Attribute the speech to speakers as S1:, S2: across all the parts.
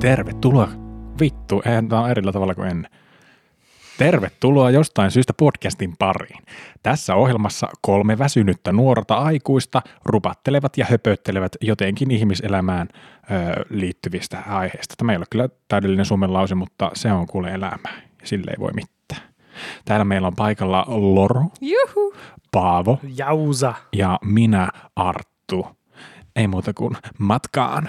S1: Tervetuloa. Vittu, eihän tämä on erillä tavalla kuin ennen. Tervetuloa jostain syystä podcastin pariin. Tässä ohjelmassa kolme väsynyttä nuorta aikuista rupattelevat ja höpöttelevät jotenkin ihmiselämään ö, liittyvistä aiheista. Tämä ei ole kyllä täydellinen suomen lause, mutta se on kuule elämää. Sille ei voi mitään. Täällä meillä on paikalla Loro,
S2: Juhu.
S1: Paavo
S3: Jausa.
S1: ja minä Arttu. Ei muuta kuin matkaan.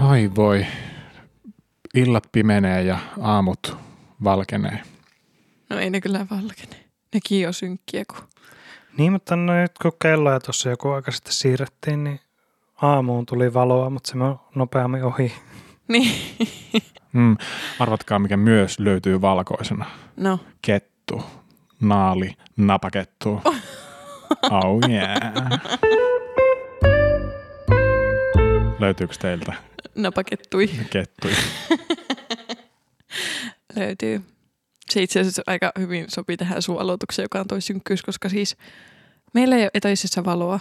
S1: Ai voi, illat pimenee ja aamut valkenee.
S2: No ei ne kyllä valkene. Nekin on synkkiä, kun
S3: Niin, mutta no nyt kun kelloja tuossa joku aika sitten siirrettiin, niin aamuun tuli valoa, mutta se meni nopeammin ohi.
S2: niin.
S1: Mm, arvatkaa mikä myös löytyy valkoisena.
S2: No,
S1: kettu, naali, napakettu. Oh yeah. Löytyykö teiltä
S2: napakettui
S1: kettuja?
S2: löytyy. Se itse asiassa aika hyvin sopii tähän sun aloitukseen, joka on toi synkkyys, koska siis meillä ei ole etäisessä valoa.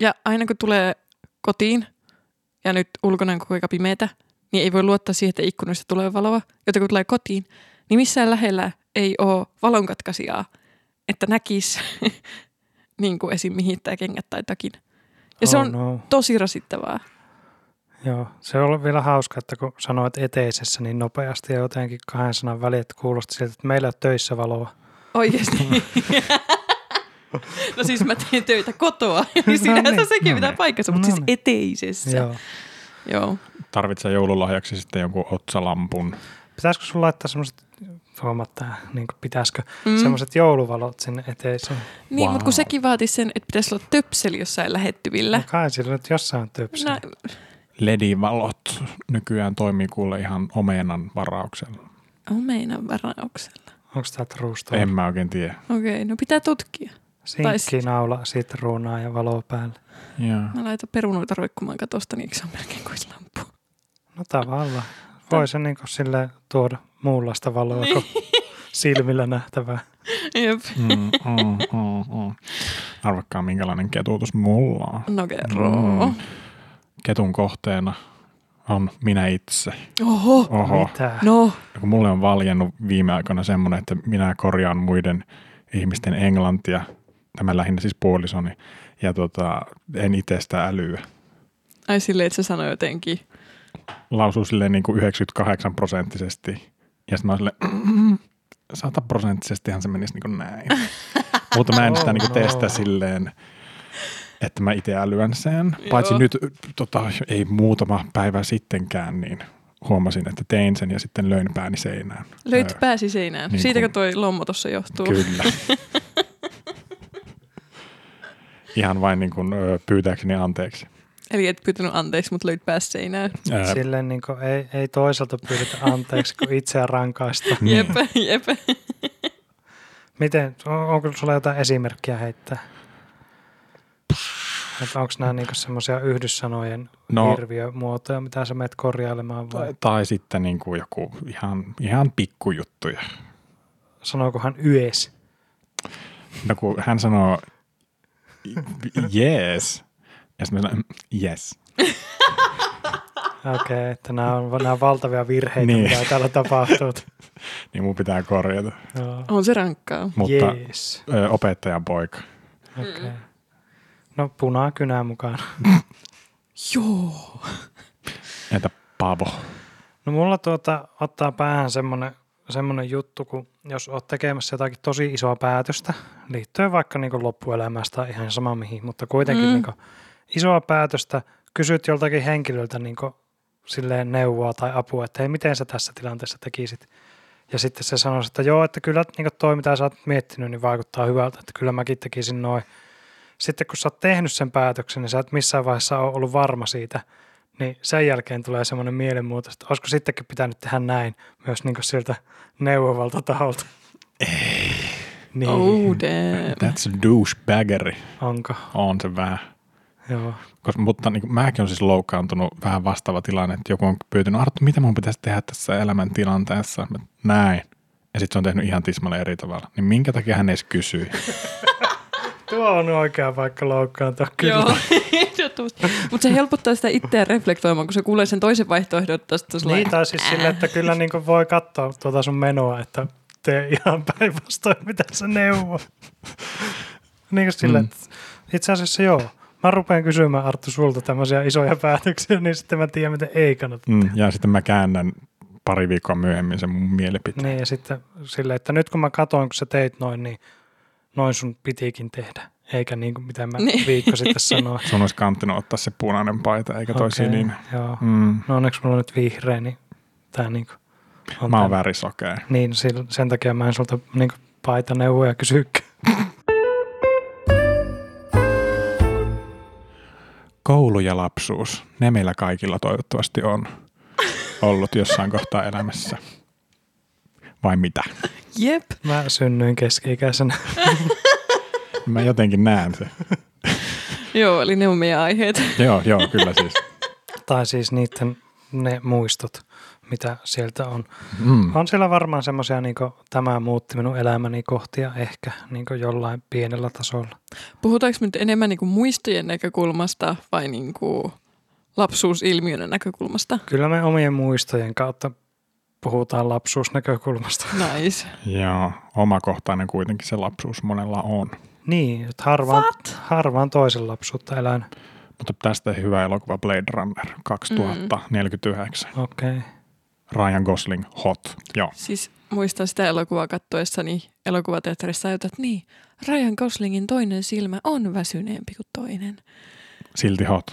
S2: Ja aina kun tulee kotiin ja nyt ulkona on koko ajan pimeätä, niin ei voi luottaa siihen, että ikkunoista tulee valoa. Joten kun tulee kotiin, niin missään lähellä ei ole valonkatkasijaa, että näkisi niin kuin esim. mihittää kengät tai takin. Ja se
S3: Oh
S2: on
S3: no.
S2: tosi rasittavaa.
S3: Joo, se on vielä hauska, että kun sanoit eteisessä niin nopeasti ja jotenkin kahden sanan väliin, että kuulosti siltä, että meillä on töissä valoa.
S2: Oikeasti. no siis mä tein töitä kotoa, niin sinänsä
S3: niin,
S2: sekin
S1: no
S2: pitää
S1: niin,
S2: paikkansa, mutta
S3: no
S2: siis
S3: niin.
S2: eteisessä. Joo.
S3: Joo.
S2: Joo.
S1: Tarvitsee joululahjaksi sitten jonkun otsalampun.
S3: Pitäisikö sun laittaa semmoiset, huomaat tää, niin kuin pitäisikö,
S2: Mm.
S3: mm. semmoiset jouluvalot sinne eteiseen?
S2: Niin, wow. mutta
S1: Wow.
S2: kun sekin vaatisi sen, että pitäisi olla töpseli jossain lähettyvillä.
S3: No kai sillä nyt jossain on töpsä.
S2: No,
S3: No.
S1: Ledivalot nykyään toimii kuule ihan omenan varauksella.
S2: omenan No, varauksella.
S3: Onko tää ruusta?
S1: En mä oikein tiedä.
S2: Okei, okay, no pitää tutkia. tai sit-
S3: Sinkkinaula, sitruunaa ja valoa päälle.
S1: Yeah.
S2: Mä laitan perunoita roikkumaan katosta, niin eikö se on melkein kuin olisi lamppu?
S3: No tavallaan. Voi se niin sille tuoda muunlaista valoa kuin silmillä nähtävää.
S2: Jep.
S1: Mm, mm, mm, mm. Arvatkaa minkälainen ketuutus mulla on.
S2: No kerro.
S1: Mm. Ketun kohteena on minä itse.
S2: Oho.
S1: Oho.
S3: Mitä?
S2: No.
S1: Ja kun mulle on valjennut viime aikoina semmoinen, että minä korjaan muiden ihmisten englantia, tämä lähinnä siis puolisoni, ja tota, en itsestä älyä.
S2: Ai silleen, että se sanoi jotenkin.
S1: Lausuu silleen niin kuin 98 prosenttisesti, ja sitten mä oon silleen, sataprosenttisestihan se menisi niin kuin näin. Mutta mä en sitä niin kuin
S3: Oh no.
S1: testa silleen, että mä itse älyän sen. Paitsi
S2: Joo.
S1: nyt, tota, ei muutama päivä sittenkään, niin huomasin, että tein sen ja sitten löin pääni seinään.
S2: Löit
S1: Öö,
S2: pääsi seinään.
S1: Niin
S2: Siitäkö
S1: kuin-
S2: toi lommo tuossa johtuu?
S1: Kyllä. Ihan vain niin kuin, ö, pyytääkseni anteeksi.
S2: Eli et pyytänyt anteeksi, mutta löit päässä seinään.
S1: Ö,
S3: Silleen niin kuin ei, ei toiselta pyydetä anteeksi, kun itseä rankaista.
S1: Niin.
S2: Jep, jep.
S3: Miten, on- onko sulla jotain esimerkkiä heittää? Että onko nämä niinku semmoisia yhdyssanojen
S1: No.
S3: no. hirviömuotoja, mitä sä menet korjailemaan vai
S1: tai, tai sitten niin kuin joku ihan, ihan pikkujuttuja.
S3: sanookohan yös?
S1: No kun hän sanoo yes, ja sitten mä sanon yes.
S3: Okei, okay, että nämä on, nää on valtavia virheitä,
S1: Niin.
S3: niin. mitä täällä tapahtuu.
S1: Niin mun pitää korjata.
S3: Joo.
S2: On se rankkaa.
S1: Mutta
S3: Jees.
S1: ö, opettajan poika.
S3: Okay. No punaa kynää mukaan.
S2: Joo.
S1: Entä Pavo?
S3: No mulla tuota, ottaa päähän semmoinen semmonen juttu, kun jos oot tekemässä jotakin tosi isoa päätöstä, liittyen vaikka niin loppuelämästä tai ihan sama mihin, mutta kuitenkin
S2: Mm.
S3: mm. niin isoa päätöstä, kysyt joltakin henkilöltä niin silleen neuvoa tai apua, että hei, miten sä tässä tilanteessa tekisit. Ja sitten se sanoi, että joo, että kyllä niin toi, mitä sä oot miettinyt, niin vaikuttaa hyvältä, että kyllä mäkin tekisin noin. Sitten kun sä oot tehnyt sen päätöksen, niin sä et missään vaiheessa ole ollut varma siitä, niin sen jälkeen tulee semmoinen mielenmuutos, että olisiko sittenkin pitänyt tehdä näin myös niin sieltä neuvovalta taholta. Ei. Niin,
S2: Oh damn.
S1: That's douchebaggery.
S3: onko?
S1: On se vähän.
S3: Joo.
S1: Koska, mutta niin, mäkin on siis loukkaantunut vähän vastaava tilanne, että joku on pyytänyt, Arttu, mitä mun pitäisi tehdä tässä elämäntilanteessa? Mä, Näin. Ja sitten se on tehnyt ihan tismalle eri tavalla. Niin minkä takia hän edes kysyi?
S3: Tuo on oikea paikka loukkaantua kyllä.
S2: Joo, ehdottomasti. Mutta se helpottaa sitä itseään reflektoimaan, kun se kuulee sen toisen vaihtoehdon tästä sulla.
S3: Niin, tai siis sille, että kyllä niin kuin voi katsoa tuota sun menoa, että tee ihan päinvastoin, mitä sä neuvo. niin kuin sille,
S1: Mm.
S3: että itse asiassa joo. Mä rupean kysymään Arttu sulta tämmöisiä isoja päätöksiä, niin sitten mä tiedän, miten ei kannata.
S1: Mm, ja sitten mä käännän pari viikkoa myöhemmin sen mun mielipiteen.
S3: Niin, ja sitten sille, että nyt kun mä katoin, kun sä teit noin, niin noin sun pitiikin tehdä. Eikä niin kuin mitä mä
S2: Niin.
S3: viikko sitten sanoin.
S1: Sun olisi kanttinut ottaa se punainen paita eikä toi okay.
S3: Okei,
S1: sininen.
S3: Joo.
S1: Mm.
S3: No onneksi mulla on nyt vihreä, niin tää niinku on
S1: Mä oon
S3: tää-
S1: värisokea.
S3: Niin, sil- sen takia mä en sulta niinku paita neuvoja kysykkään.
S1: Koulu ja lapsuus, ne meillä kaikilla toivottavasti on ollut jossain kohtaa elämässä. Vai mitä?
S2: Jep.
S3: Mä synnyin keski-ikäisenä.
S1: Mä jotenkin näen se.
S2: Joo, eli ne on meidän aiheet.
S1: Joo, joo, kyllä siis.
S3: tai siis niiden ne muistot, mitä sieltä on.
S1: Mm.
S3: On siellä varmaan semmoisia, niin tämä muutti minun elämäni kohtia ehkä niin jollain pienellä tasolla.
S2: Puhutaanko nyt enemmän niinku muistojen näkökulmasta vai niinku lapsuusilmiön näkökulmasta?
S3: Kyllä me omien muistojen kautta puhutaan lapsuusnäkökulmasta.
S2: Nice.
S1: Joo, omakohtainen kuitenkin se lapsuus monella on.
S3: Niin, että harvaan, harvaan toisen lapsuutta elänyt.
S1: Mutta tästä hyvä elokuva Blade Runner 2049. Mm.
S3: Okei. Okay.
S1: Ryan Gosling, hot. Joo.
S2: Siis muistan sitä elokuvaa kattoessani elokuvateatterissa, jota että niin, Ryan Goslingin toinen silmä on väsyneempi kuin toinen.
S1: Silti hot.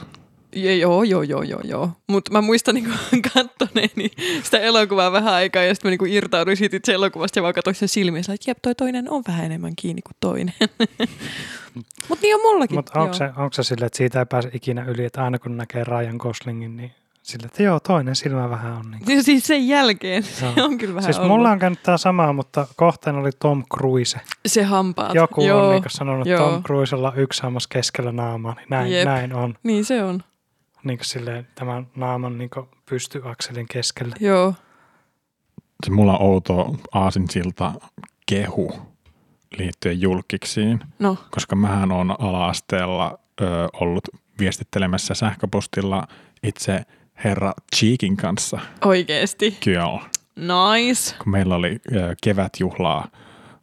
S2: Ja joo, joo, joo, joo, joo. Mutta mä muistan niinku kattoneeni sitä elokuvaa vähän aikaa ja sitten mä niinku irtauduin siitä itse elokuvasta ja vaan katsoin sen silmissä, että jep, toi toinen on vähän enemmän kiinni kuin toinen. Mutta niin on mullakin.
S3: Mutta onko
S2: joo.
S3: se, onko se sille, että siitä ei pääse ikinä yli, että aina kun näkee Ryan Goslingin, niin sille, että joo, toinen silmä vähän on. Niin.
S2: Niin Siis sen jälkeen se
S3: Joo.
S2: on kyllä vähän
S3: Siis
S2: ollut.
S3: mulla on käynyt tämä sama, mutta kohteen oli Tom Cruise.
S2: Se hampaat.
S3: Joku Joo. on niin sanonut, että
S2: Joo.
S3: Tom Cruisella on yksi hammas keskellä naamaa, niin näin,
S2: Jep.
S3: näin on.
S2: niin se on.
S3: Niin kuin silleen, tämän naaman niin kuin pystyakselin keskellä.
S2: Joo.
S1: Se mulla on outo aasinsilta kehu liittyen julkiksiin.
S2: No,
S1: koska mähän on ala-asteella ö, ollut viestittelemässä sähköpostilla itse herra Cheekin kanssa.
S2: oikeesti.
S1: Kyllä,
S2: Nice.
S1: kun meillä oli ö, kevätjuhlaa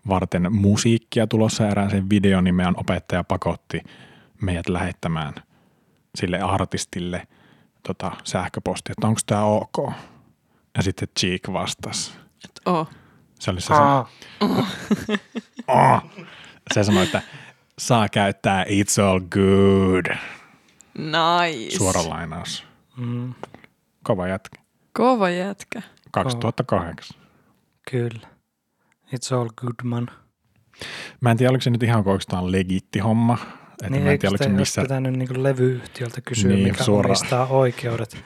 S1: varten musiikkia tulossa erään sen videon, niin meidän opettaja pakotti meidät lähettämään sille artistille tota, sähköpostia, että onko tämä ok. Ja sitten Cheek vastasi.
S2: Oh.
S1: Se oli se,
S3: Aa,
S1: oh. se sanoi, että saa käyttää it's all good.
S2: Nice.
S1: Suora lainaus.
S3: mm,
S1: Kova jätkä.
S2: Kova jätkä.
S1: 2008.
S3: kyllä. It's all good man.
S1: Mä en tiedä, oliko se nyt ihan oikeastaan legitti homma. Että
S3: niin
S1: niin mä en
S3: eikö
S1: tiedä, oliko
S3: sitä
S1: se
S3: missä...
S1: missä...
S3: pitänyt niin levyyhtiöltä kysyä,
S1: Niin,
S3: niin, mikä
S1: suoraan.
S3: suoraan. omistaa oikeudet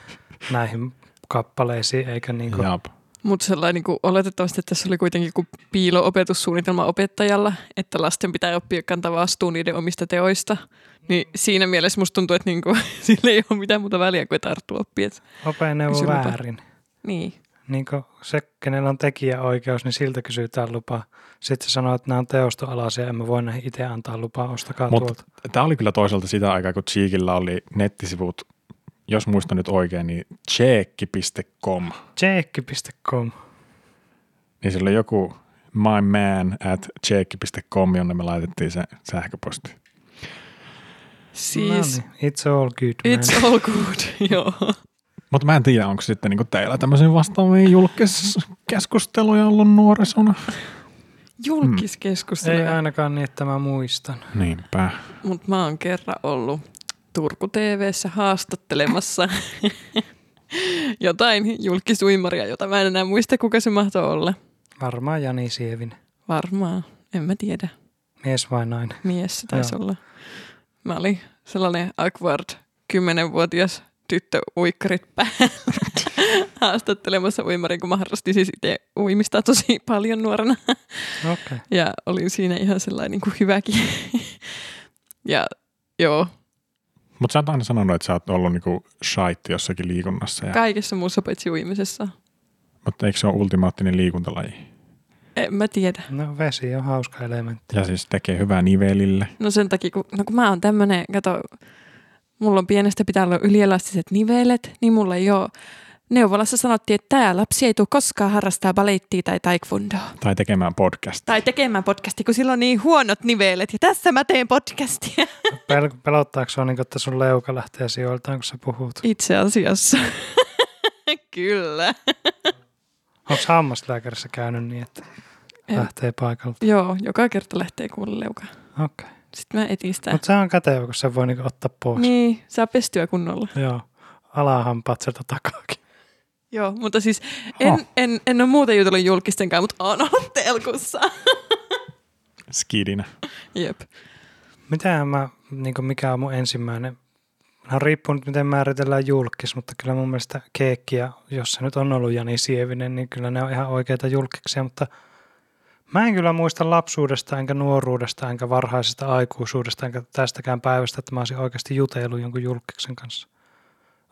S3: näihin kappaleisiin, eikä niin kuin,
S1: Jap.
S2: Mutta sellainen niin oletettavasti, että tässä oli kuitenkin joku piilo-opetussuunnitelma opettajalla, että lasten pitää oppia kantaa vastuu niiden omista teoista. Niin siinä mielessä musta tuntuu, että niin kuin, sillä ei ole mitään muuta väliä kuin tarttua oppia. Et-
S3: opeeneuvo
S2: Kysy lupa.
S3: väärin.
S2: Niin.
S3: Niin kuin se, kenellä on tekijäoikeus, niin siltä kysytään lupa. Sitten se sanoo, että nämä on teostoalaisia, en mä voi näihin itse antaa lupaa, ostakaa
S1: Mut-
S3: tuolta.
S1: Tämä oli kyllä toisaalta sitä aikaa, kun Cheekillä oli nettisivut, jos muistan nyt oikein, niin cheekki.com.
S3: Jake.com.
S1: Niin sillä oli joku my man at cheekki.com, jonne me laitettiin se sähköposti.
S2: Siis
S3: No niin, it's all good, man.
S2: it's all good. Joo.
S1: Mutta mä en tiedä, onko sitten niinku teillä tämmöisiä vastaavia julkiskeskusteluja ollut nuorisona.
S2: Julkiskeskustelu.
S3: Ei ainakaan niin, että mä muistan.
S1: Niinpä.
S2: Mutta mä oon kerran ollut Turku TVssä haastattelemassa jotain julkisuimaria, jota mä en enää muista, kuka se mahtoi olla.
S3: Varmaan Jani Sievin,
S2: Varmaan, en mä tiedä.
S3: mies vai nainen.
S2: Mies se taisi
S3: Joo.
S2: olla. Mä olin sellainen awkward 10-vuotias tyttö uikkarit päällä haastattelemassa uimarin, kun mä harrastin siis itse uimista tosi paljon nuorena.
S3: Okei.
S2: Ja olin siinä ihan sellainen niin kuin hyväkin. ja joo,
S1: Mutta sä oot aina sanonut, että sä oot ollut niinku shite jossakin liikunnassa. Ja,
S2: Kaikessa muussa paitsi uimisessa.
S1: mutta eikö se ole ultimaattinen liikuntalaji?
S2: En mä tiedä.
S3: No vesi on hauska elementti.
S1: Ja siis tekee hyvää nivelille.
S2: No sen takia, kun, no kun mä oon tämmönen, kato, mulla on pienestä pitää olla ylielastiset nivelet, niin mulla ei ole. Neuvolassa sanottiin, että tämä lapsi ei tule koskaan harrastaa balettia tai taekwondoa.
S1: Tai tekemään podcast.
S2: Tai tekemään podcastia, kun sillä on niin huonot nivelet. Ja tässä mä teen podcastia.
S3: Pel- pelottaako se on, niin että sun leuka lähtee sijoiltaan, kun sä puhut?
S2: Itse asiassa. Kyllä.
S3: Onko hammaslääkärissä käynyt niin, että
S2: En.
S3: lähtee paikalta?
S2: Joo, joka kerta lähtee kuulla leuka.
S3: Okei.
S2: Sitten mä etistän.
S3: Mutta se on kätevä, kun se voi niin ottaa pois.
S2: Niin, saa pestyä kunnolla.
S3: Joo. Alahampaat sieltä takaakin.
S2: Joo, mutta siis en,
S3: Huh.
S2: en, en ole muuten jutellut julkistenkaan, mutta on ollut telkussa.
S1: Skidinä.
S2: Jep.
S3: Mitähän mä, niin mikä on mun ensimmäinen, no riippuu nyt miten määritellään julkis, mutta kyllä mun mielestä keekki ja jos se nyt on ollut Jani Sievinen, niin kyllä ne on ihan oikeita julkiksia, mutta mä en kyllä muista lapsuudesta, enkä nuoruudesta, enkä varhaisesta aikuisuudesta, enkä tästäkään päivästä, että mä olisin oikeasti jutellut jonkun julkiksen kanssa.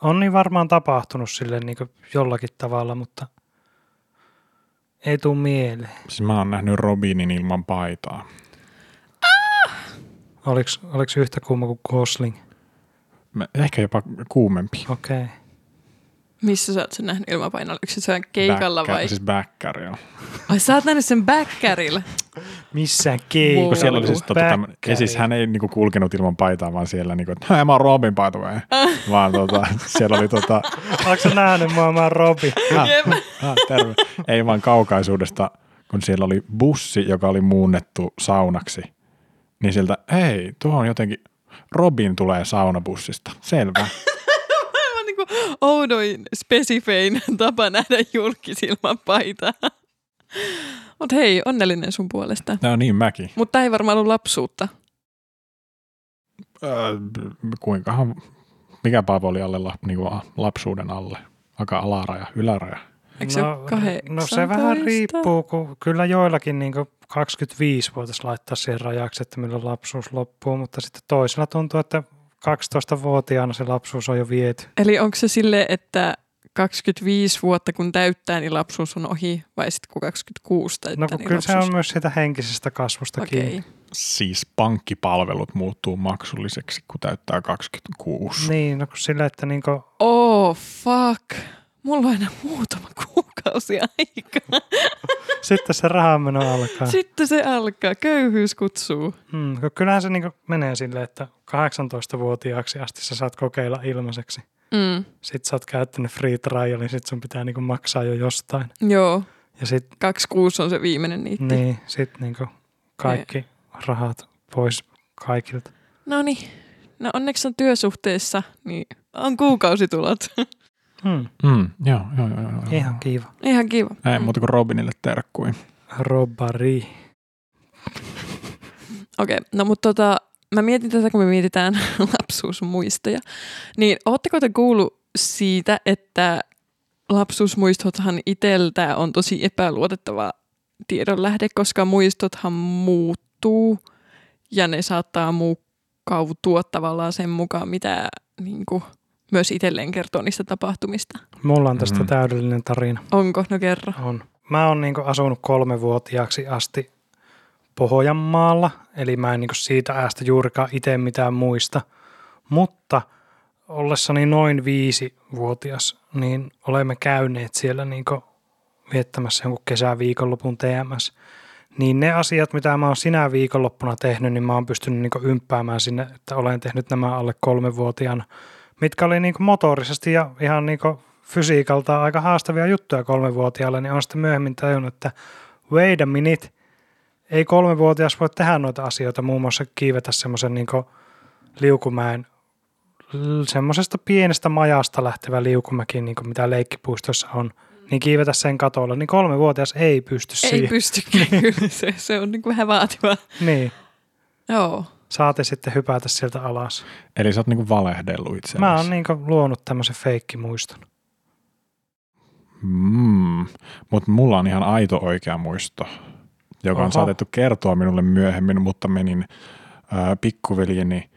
S3: On niin varmaan tapahtunut sille niin jollakin tavalla, mutta ei tuu mieleen.
S1: Siis mä oon nähnyt Robinin ilman paitaa.
S3: Oliko, oliko yhtä kuuma kuin Gosling?
S1: Mä- Ehkä jopa kuumempi.
S3: Okei. Okay.
S2: Missä sä oot sen nähnyt ilmapainolla? Oliko se syön keikalla
S1: Bäkkä-
S2: vai?
S1: Siis bäkkäri, joo.
S2: Ai sä oot nähnyt sen bäkkärillä.
S3: Missään keikalla.
S1: Kun siellä oli siis, tota, tämmö-
S3: Päkkäri.
S1: ja siis hän ei niinku kulkenut ilman paitaa, vaan siellä niinku, että "Hei, mä oon Robin by the way. Vaan tota, siellä oli tota,
S3: Oletko sä nähnyt mua, mä oon Robi?
S1: ah,
S2: Jep.
S1: ah, terve. Ei vaan kaukaisuudesta, kun siellä oli bussi, joka oli muunnettu saunaksi. Niin sieltä, hei, tuo on jotenkin, Robin tulee saunabussista. Selvä.
S2: Aivan niin kuin oudoin, spesifein tapa nähdä julkis ilman paitaa. Mut hei, onnellinen sun puolesta.
S1: No niin, mäkin.
S2: Mutta ei varmaan ollut lapsuutta.
S1: Öö, kuinkahan, mikä Paavo oli alle lap, niin kuin lapsuuden alle? Aika alaraja, yläraja.
S2: Eikö se ole
S3: no se vähän
S2: 18?
S3: riippuu, kun kyllä joillakin niin 25 voitaisiin laittaa siihen rajaksi, että milloin lapsuus loppuu, mutta sitten toisella tuntuu, että 12-vuotiaana se lapsuus on jo viety.
S2: Eli onko se sille, että 25 vuotta kun täyttää, niin lapsuus on ohi? Vai sitten kun 26 täyttää,
S3: No kun
S2: niin
S3: kyllä se
S2: lapsuus...
S3: on myös siitä henkisestä kasvusta
S2: Okei.
S3: kiinni.
S2: Okay.
S1: Siis pankkipalvelut muuttuu maksulliseksi, kun täyttää 26.
S3: Niin, no kun sillä, että niin kuin,
S2: Oh, fuck. Mulla on aina muutama kuukausi aikaa.
S3: sitten se rahanmeno alkaa.
S2: Sitten se alkaa. Köyhyys kutsuu.
S3: Mm, kun kyllähän se niin menee silleen, että 18-vuotiaaksi asti sä saat kokeilla ilmaiseksi.
S2: Mm.
S3: Sitten sä oot käyttänyt free trial, niin sit sun pitää niinku maksaa jo jostain.
S2: Joo,
S3: Ja sit,
S2: 26 on se viimeinen niitti.
S3: niin, sit niinku kaikki rahat pois kaikilta.
S2: No niin. No onneksi on työsuhteessa, niin on kuukausitulot.
S3: Hmm,
S1: Mm, joo, joo, joo, joo. joo.
S3: ihan kiva.
S2: Ihan kiva. Mm.
S1: Ei muuta kuin Robinille terkkuin.
S3: Robari.
S2: Okei, no mutta tota, mä mietin tätä, kun me mietitään lapsuusmuistoja. Niin ootteko te kuullut siitä, että lapsuusmuistothan iteltä on tosi epäluotettava tiedonlähde, koska muistothan muuttuu ja ne saattaa muokkautua tavallaan sen mukaan, mitä niin kuin, myös itselleen kertoo niistä tapahtumista.
S3: Mulla on tästä
S1: Mhm.
S3: mm-hmm. täydellinen tarina.
S2: Onko? No kerro.
S3: On. Mä oon niinku asunut kolmevuotiaaksi asti Pohjanmaalla, eli mä en niinku siitä äästä juurikaan itse mitään muista. Mutta ollessani noin viisi-vuotias, niin olemme käyneet siellä niinku viettämässä jonkun kesäviikonlopun TMS. Niin ne asiat, mitä mä oon sinä viikonloppuna tehnyt, niin mä oon pystynyt niinku ympäämään sinne, että olen tehnyt nämä alle kolmevuotiaana, mitkä oli niinku motorisesti ja ihan niinku fysiikaltaan aika haastavia juttuja kolmevuotiaalle, niin on sitten myöhemmin tajunnut, että wait a minute, ei kolmevuotias voi tehdä noita asioita, muun muassa kiivetä semmoisen niin liukumäen, l- semmoisesta pienestä majasta lähtevä liukumäki, niin kuin mitä leikkipuistossa on, niin kiivetä sen katolla, niin kolmevuotias ei pysty
S2: Ei
S3: siihen.
S2: pystykään kyllä, se, se on niin kuin vähän vaativaa.
S3: niin,
S2: Joo.
S3: saati sitten hypätä sieltä alas.
S1: Eli sä oot niinku valehdellut itse
S3: Mä
S1: asiassa.
S3: oon niin luonut tämmöisen feikkimuiston.
S1: Mm, mutta mulla on ihan aito oikea muisto, joka Oho.
S3: Oho.
S1: on saatettu kertoa minulle myöhemmin, mutta menin ää, pikkuveljeni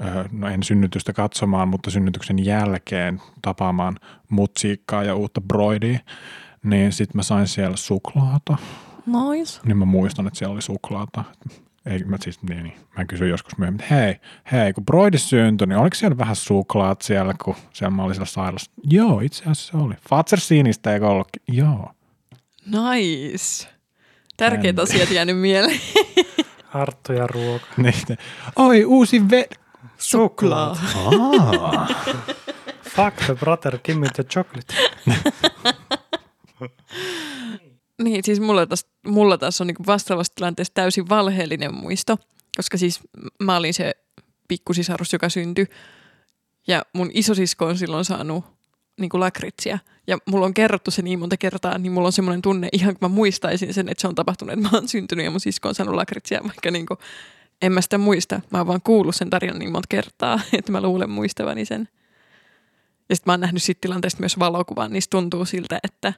S1: ö, no en synnytystä katsomaan, mutta synnytyksen jälkeen tapaamaan mutsiikkaa ja uutta broidia, niin sitten mä sain siellä suklaata.
S2: Nice.
S1: Niin mä muistan, että siellä oli suklaata. Ei, mä siis, niin, niin. Mä kysyin joskus myöhemmin, että hei, hei, kun broidi syntyi, niin oliko siellä vähän suklaat siellä, kun siellä mä olin siellä sairaalassa? Joo, itse asiassa oli. Fatser sinistä eikö ollutkin? Joo.
S2: Nice. Tärkeät asiat jäänyt mieleen.
S3: Arttu ja ruoka.
S1: Niin, sitten, Oi, uusi ve...
S2: Suklaa.
S1: Aa.
S3: Fuck the brother, give me the chocolate.
S2: Niin, siis mulla taas, mulla taas on niin vastaavassa tilanteessa täysin valheellinen muisto, koska siis mä olin se pikkusisarus, joka syntyi. Ja mun isosisko on silloin saanut niin kuin lakritsiä. Ja mulla on kerrottu se niin monta kertaa, niin mulla on semmoinen tunne, ihan kun mä muistaisin sen, että se on tapahtunut, että mä oon syntynyt ja mun sisko on saanut lakritsiä, vaikka niin kuin, en mä sitä muista. Mä oon vaan kuullut sen tarinan niin monta kertaa, että mä luulen muistavani sen. Ja sitten mä oon nähnyt siitä tilanteesta myös valokuvan, niin se tuntuu siltä, että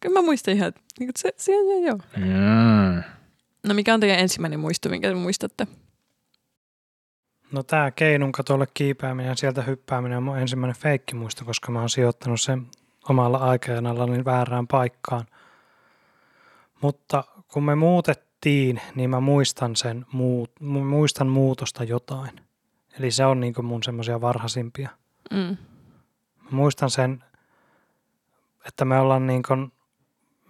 S2: kyllä mä muistan ihan, että niin kuin se, se, joo, joo.
S1: Mm.
S2: No mikä on teidän ensimmäinen muisto, minkä te muistatte?
S3: No tää keinun katolle kiipääminen ja sieltä hyppääminen on mun ensimmäinen feikkimuisto, koska mä oon sijoittanut sen omalla aikajanalla niin väärään paikkaan. Mutta kun me muutettiin, niin mä muistan sen muut, mu- muistan muutosta jotain. Eli se on niinku mun semmoisia varhaisimpia.
S2: Mm.
S3: Mä muistan sen, että me ollaan niin kuin,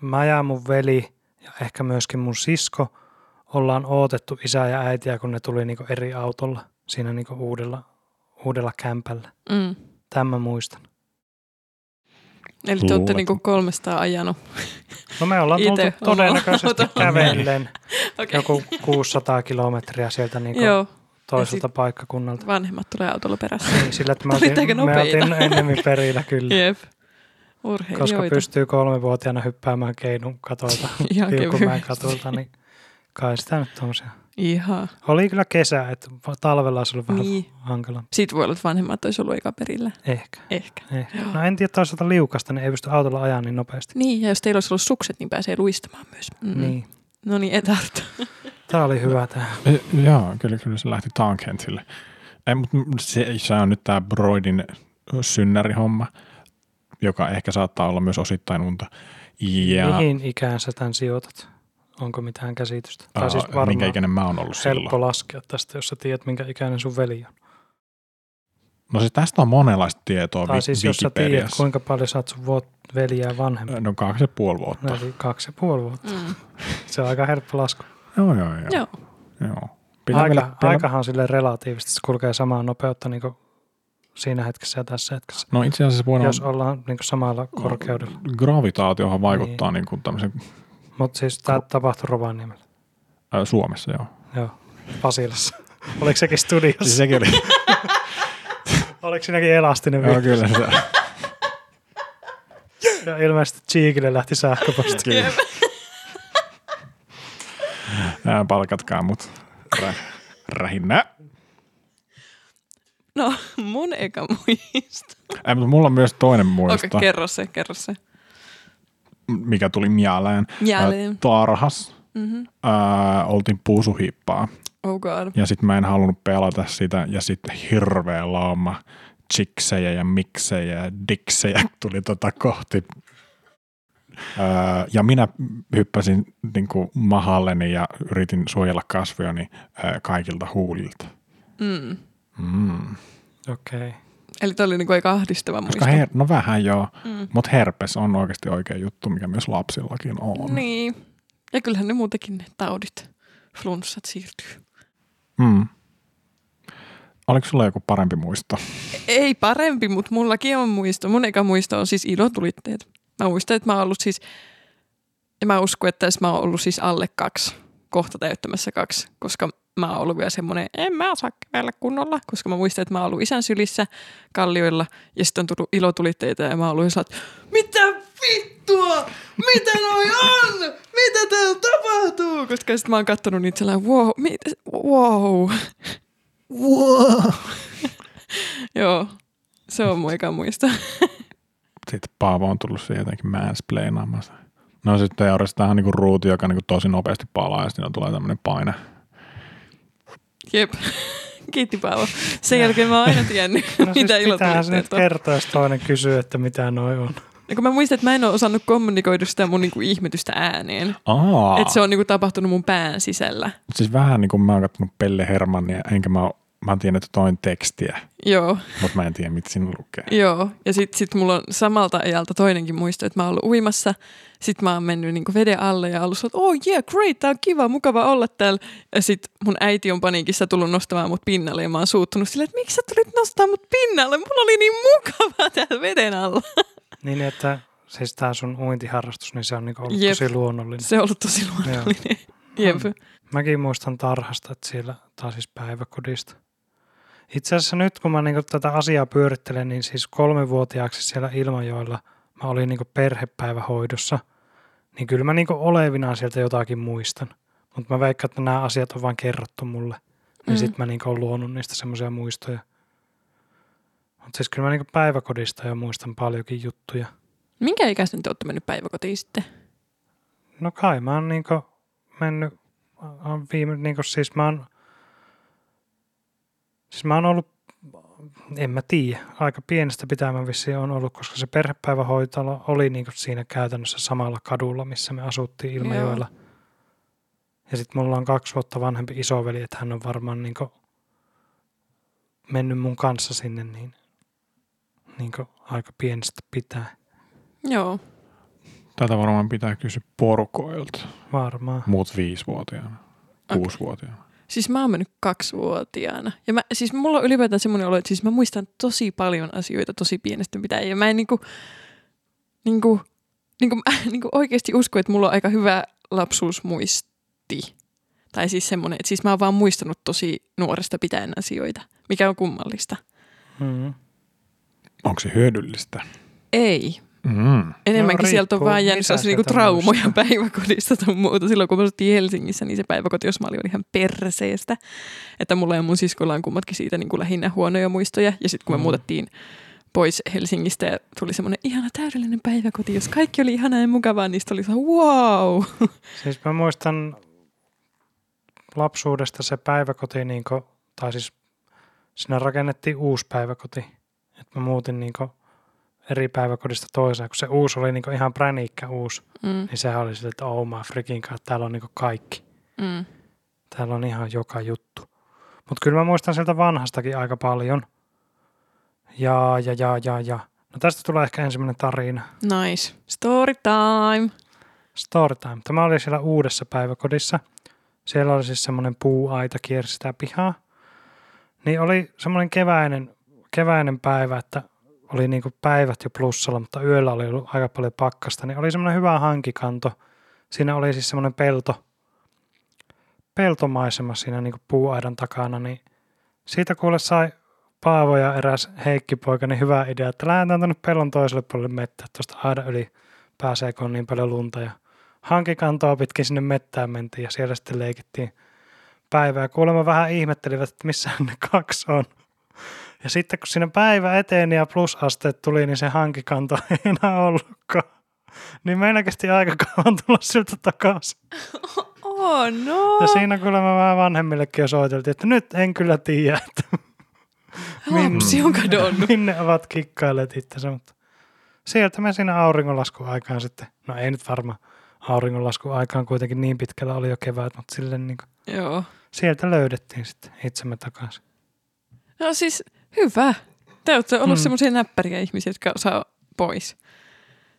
S3: mä ja mun veli ja ehkä myöskin mun sisko ollaan odotettu isää ja äitiä, kun ne tuli niin kuin eri autolla siinä niin kuin uudella, uudella kämpällä.
S2: Mm.
S3: Tämän mä muistan.
S2: Eli te olette
S1: Luulet.
S2: niinku 300 ajanut.
S3: No me ollaan tultu
S2: Ite
S3: todennäköisesti
S2: ollaan
S3: kävellen
S2: Okay.
S3: joku 600 kilometriä sieltä niin kuin
S2: Joo,
S3: toiselta paikkakunnalta.
S2: vanhemmat tulee autolla perässä.
S3: Niin, sillä, että mä
S2: Olitte aika
S3: otin, me
S2: nopeita.
S3: otin enemmän perillä kyllä,
S2: Jep.
S3: koska
S2: Urheilijoita.
S3: pystyy kolmevuotiaana hyppäämään keinun katolta.
S2: Ihan
S3: Liukumäen
S2: kevyesti.
S3: katulta, niin kai sitä nyt tommosia.
S2: Ihan.
S3: Oli kyllä kesä, että talvella olisi ollut vähän
S2: Niin.
S3: hankala.
S2: Sitten voi olla, että vanhemmat olisi ollut eka perillä.
S3: Ehkä.
S2: Ehkä.
S3: Ehkä.
S2: Joo.
S3: No en tiedä toisaalta liukasta, niin ei pysty autolla ajaa niin nopeasti.
S2: Niin, ja jos teillä olisi ollut sukset, niin pääsee luistamaan myös. Mm.
S3: Niin.
S2: No niin, et Arto.
S3: Tämä oli hyvä tämä.
S1: E- Joo, kyllä, kyllä se lähti tankentille. Ei, mutta se, se on nyt tämä Broidin synnärihomma, joka ehkä saattaa olla myös osittain unta. Ja
S3: Mihin ikään sä tämän sijoitat? Onko mitään käsitystä?
S1: aa,
S3: Tai siis
S1: minkä
S3: varmaan
S1: ikäinen mä oon ollut silloin.
S3: helppo laskea tästä, jos sä tiedät, minkä ikäinen sun veli on.
S1: No siis tästä on monenlaista tietoa
S3: Tai
S1: No, vi-
S3: siis jos sä tiedät,
S1: Wikipediassa.
S3: kuinka paljon sä oot sun vuot- veliä vanhempi.
S1: No kaksi ja puoli vuotta.
S3: Eli kaksi ja puoli vuotta.
S2: Mm.
S3: Se on aika helppo lasku.
S1: Joo, joo, joo.
S2: Joo.
S1: joo.
S3: Aika,
S1: vielä- vielä-
S3: Aikahan on silleen relatiivisesti, se kulkee samaa nopeutta niin siinä hetkessä ja tässä hetkessä.
S1: No itse asiassa voidaan...
S3: Jos ollaan niin samalla korkeudella.
S1: Gravitaatiohan vaikuttaa niin. kuin tämmöisen
S3: Mutta siis tämä tapahtui Rovaniemellä.
S1: äh, Suomessa, joo.
S3: Joo, Pasilassa. Oliko sekin studiossa?
S1: Siis sekin oli...
S3: Oliko siinäkin elastinen
S1: joo,
S3: vielä?
S1: kyllä se.
S3: Ja ilmeisesti Cheekille lähti sähköposti.
S1: Kyllä. Ää, palkatkaa mut. Rä, rähinnä.
S2: No, mun eka muisto.
S1: Ää, mutta mulla on myös toinen
S2: Okei,
S1: muisto,
S2: okay, kerro se, kerro se.
S1: mikä tuli mieleen. Ää,
S2: Jälleen.
S1: Tarhas.
S2: Mm-hmm.
S1: Ää, oltiin puusuhippaa.
S2: Oh god.
S1: Ja sit mä en halunnut pelata sitä. Ja sitten hirveä lauma chiksejä ja miksejä ja diksejä tuli tota kohti. Öö, ja minä hyppäsin niin kuin mahalleni ja yritin suojella kasvojani öö, kaikilta huulilta.
S2: Mm.
S1: Mm.
S3: Okei. Okay.
S2: Eli tämä oli niinku aika ahdistava
S1: Koska
S2: muisto.
S1: her- no vähän joo,
S2: Mm.
S1: mutta herpes on oikeasti oikea juttu, mikä myös lapsillakin on.
S2: Niin. Ja kyllähän ne muutenkin ne taudit, flunssat siirtyy.
S1: Mm. Oliko sulla joku parempi muisto?
S2: Ei parempi, mutta mullakin on muisto. Mun eka muisto on siis ilotulitteet. Mä muistan, että mä oon ollut siis, ja mä uskon, että tässä mä oon ollut siis alle kaksi, kohta täyttämässä kaksi, koska mä oon ollut vielä semmoinen, en mä osaa kävellä kunnolla, koska mä muistan, että mä oon ollut isän sylissä kallioilla ja sitten on tullut ilotulitteita ja mä oon ollut ihan sellainen, että mitä vittua, mitä noi on, mitä täällä tapahtuu, koska sitten mä oon kattonut niitä sellainen, wow, mit, wow. Wow. Joo, se on mun eka muista.
S1: sitten Paavo on tullut siihen jotenkin mansplainaamaan sitä. No sitten teoriassa tähän on niinku ruuti, joka niinku tosi nopeasti palaa ja sitten tulee tämmöinen paine.
S2: Jep, Kiitti Paavo. Sen jälkeen mä oon aina tiennyt,
S3: No
S2: mitä
S3: siis pitäähän se nyt
S2: ilotulitteet on.
S3: kertoa, jos toinen kysyy, että mitä noi on.
S2: Ja kun mä muistan, että mä en ole osannut kommunikoida sitä mun niinku ihmetystä ääneen.
S1: Aa,
S2: Että se on niinku tapahtunut mun pään sisällä.
S1: siis vähän niin kuin mä oon kattonut Pelle Hermannia, enkä mä, oo- mä oon tiennyt, että toi on tekstiä,
S2: Joo,
S1: mutta mä en tiedä, mitä siinä lukee.
S2: joo. Ja sit, sit mulla on samalta ajalta toinenkin muisto, että mä oon ollut uimassa. Sit mä oon mennyt niinku veden alle ja ollut se, että oh yeah, great, tää on kiva, mukava olla täällä. Ja sit mun äiti on paniikissa tullut nostamaan mut pinnalle ja mä oon suuttunut silleen, että miksi sä tulit nostaa mut pinnalle? Mulla oli niin mukavaa täällä veden alla.
S3: Niin, että siis tämä sun uintiharrastus, niin se on niinku ollut
S2: Jep.
S3: tosi luonnollinen.
S2: Se on ollut tosi luonnollinen. Jep.
S3: Mäkin muistan tarhasta, että siellä, tai siis päiväkodista. Itse asiassa nyt, kun mä niinku tätä asiaa pyörittelen, niin siis kolmevuotiaaksi siellä Ilmajoella mä olin niinku perhepäivähoidossa. Niin kyllä mä niinku olevinaan sieltä jotakin muistan. Mutta mä veikkaan, että nämä asiat on vaan kerrottu mulle. Niin
S2: Mm.
S3: mm. sit mä niinku oon luonut niistä semmoisia muistoja. Mutta siis kyllä mä niinku päiväkodista jo muistan paljonkin juttuja.
S2: Minkä ikäisenä te olette mennyt päiväkotiin sitten?
S3: No kai mä oon niinku mennyt, mä oon viime, niinku siis mä oon, siis mä oon ollut, en mä tiedä, aika pienestä pitää mä vissiin on ollut, koska se perhepäivähoitalo oli niinku siinä käytännössä samalla kadulla, missä me asuttiin Ilmajoella. Ja sitten mulla on kaksi vuotta vanhempi isoveli, että hän on varmaan niinku mennyt mun kanssa sinne niin, niinku aika pienestä pitää,
S2: Joo.
S1: Tätä varmaan pitää kysyä porukoilta.
S3: varmaan.
S1: Muut viisivuotiaana,
S2: Okei.
S1: kuusivuotiaana.
S2: Siis mä oon mennyt kaksivuotiaana. Ja mä, siis mulla on ylipäätään semmoinen olo, että siis mä muistan tosi paljon asioita tosi pienestä pitäen. Ja mä en niinku, niinku, niinku, mä- niinku oikeasti usko, että mulla on aika hyvä lapsuusmuisti. Tai siis semmoinen, että siis mä oon vaan muistanut tosi nuoresta pitäen asioita, mikä on kummallista.
S3: Mm.
S1: Onko se hyödyllistä?
S2: Ei.
S1: Mm.
S2: Enemmänkin
S3: No,
S2: sieltä on
S3: riippuu,
S2: vaan jäänyt
S3: mitä
S2: sellaisia niinku
S3: sieltä
S2: traumoja
S3: muistaa.
S2: päiväkodista tai muuta. Silloin kun me asuttiin Helsingissä, niin se päiväkoti, jos mä olin ihan perseestä. Että mulla ja mun siskolla on kummatkin siitä niinku lähinnä huonoja muistoja. Ja sitten kun me
S3: Mm.
S2: muutettiin pois Helsingistä ja tuli semmoinen ihana täydellinen päiväkoti, jos kaikki oli ihanaa ja mukavaa, niistä oli se wow.
S3: Siis mä muistan lapsuudesta se päiväkoti, niinku, tai siis sinä rakennettiin uusi päiväkoti. Et mä muutin niinku eri päiväkodista toiseen, kun se uusi oli niinku ihan präniikkä uusi.
S2: Mm,
S3: Niin sehän oli silleen, että oh my freaking god, täällä on niinku kaikki.
S2: mm.
S3: Täällä on ihan joka juttu. Mutta kyllä mä muistan sieltä vanhastakin aika paljon. Ja, ja, ja, ja, ja. No tästä tulee ehkä ensimmäinen tarina.
S2: Nice. Story time.
S3: Storytime. Tämä oli siellä uudessa päiväkodissa. Siellä oli siis semmoinen puuaita kiersi sitä pihaa. Niin oli semmoinen keväinen, keväinen päivä, että oli niinku päivät jo plussalla, mutta yöllä oli ollut aika paljon pakkasta. Niin oli semmoinen hyvä hankikanto. Siinä oli siis semmoinen pelto, peltomaisema siinä niinku puuaidan takana. Niin siitä kuule sai Paavo ja eräs Heikki poika, niin hyvä idea, että lähdetään tuonne pellon toiselle puolelle mettää tuosta aidan yli pääsee, kun on niin paljon lunta. Ja hankikantoa pitkin sinne mettään mentiin ja siellä sitten leikittiin päivää. Kuulemma vähän ihmettelivät, että missä ne kaksi on. Ja sitten kun siinä päivä eteen ja plusasteet tuli, niin se hankikanto ei enää ollutkaan. Niin meillä kesti aika kauan tulla siltä takaisin.
S2: Oh no.
S3: Ja siinä kuulemma vähän vanhemmillekin jo soiteltiin, että nyt en kyllä tiedä, että
S2: Lapsi
S3: Mm.
S2: on kadonnut.
S3: minne ovat kikkailleet itsensä, mutta sieltä me siinä auringonlaskun aikaan sitten, no ei nyt varmaan auringonlaskun aikaan kuitenkin niin pitkällä oli jo kevät, mutta sille niin kuin,
S2: Joo.
S3: sieltä löydettiin sitten itsemme takaisin.
S2: No siis, hyvä. Te olette ollut
S3: Mm.
S2: semmoisia näppäriä ihmisiä, jotka saa pois.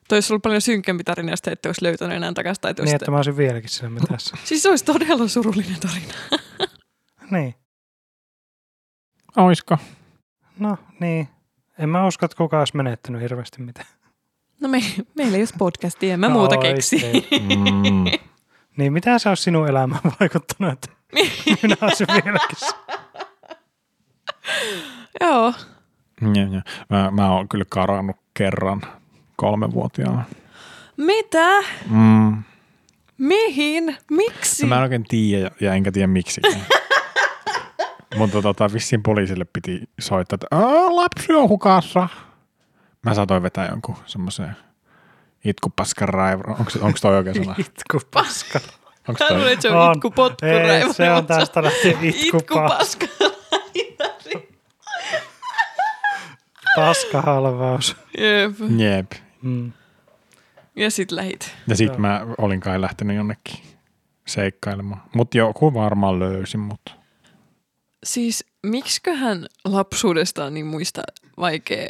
S2: Toi olisi ollut paljon synkempi tarina, jos te ette olisi löytänyt enää takaisin. Tai te
S3: Niin,
S2: olisitte-
S3: että mä olisin vieläkin sillämme tässä.
S2: Siis se olisi todella surullinen tarina.
S3: Niin,
S1: Oisko?
S3: no niin. En mä usko, että kukaan olisi menettänyt hirveästi mitään.
S2: No me, meillä ei olisi podcastia, en mä muuta
S3: Oi,
S2: keksi.
S3: ei.
S1: Mm.
S3: Niin, mitä se olisi sinun elämään vaikuttanut, että
S2: Niin.
S3: minä olisin vieläkin se-
S2: Joo.
S1: Ja, ja. Mä, mä oon kyllä karannut kerran kolmenvuotiaana.
S2: Mitä?
S1: Mm.
S2: Mihin? Miksi?
S1: No Mä en oikein tiedä ja enkä tiedä miksi. Mutta tota, vissiin poliisille piti soittaa, että "Aa, lapsi on hukassa. Mä saatoin vetää jonkun semmoisen itkupaskan raivon. Onko, onko toi oikea sana?
S3: itku paska.
S1: Onko
S2: Mä luulen,
S1: toi?
S2: että se on,
S3: On.
S2: itku potku
S3: Ei, se on tästä lähtien itku
S2: itku
S3: paska.
S2: paska.
S3: Paskahalvaus.
S2: Jep.
S1: Jep.
S3: Mm.
S2: Ja sit lähit.
S1: Ja
S3: Joo.
S1: sit mä olin kai lähtenyt jonnekin seikkailemaan. Mutta joku varmaan löysi mut.
S2: Siis miksiköhän lapsuudestaan niin muista vaikea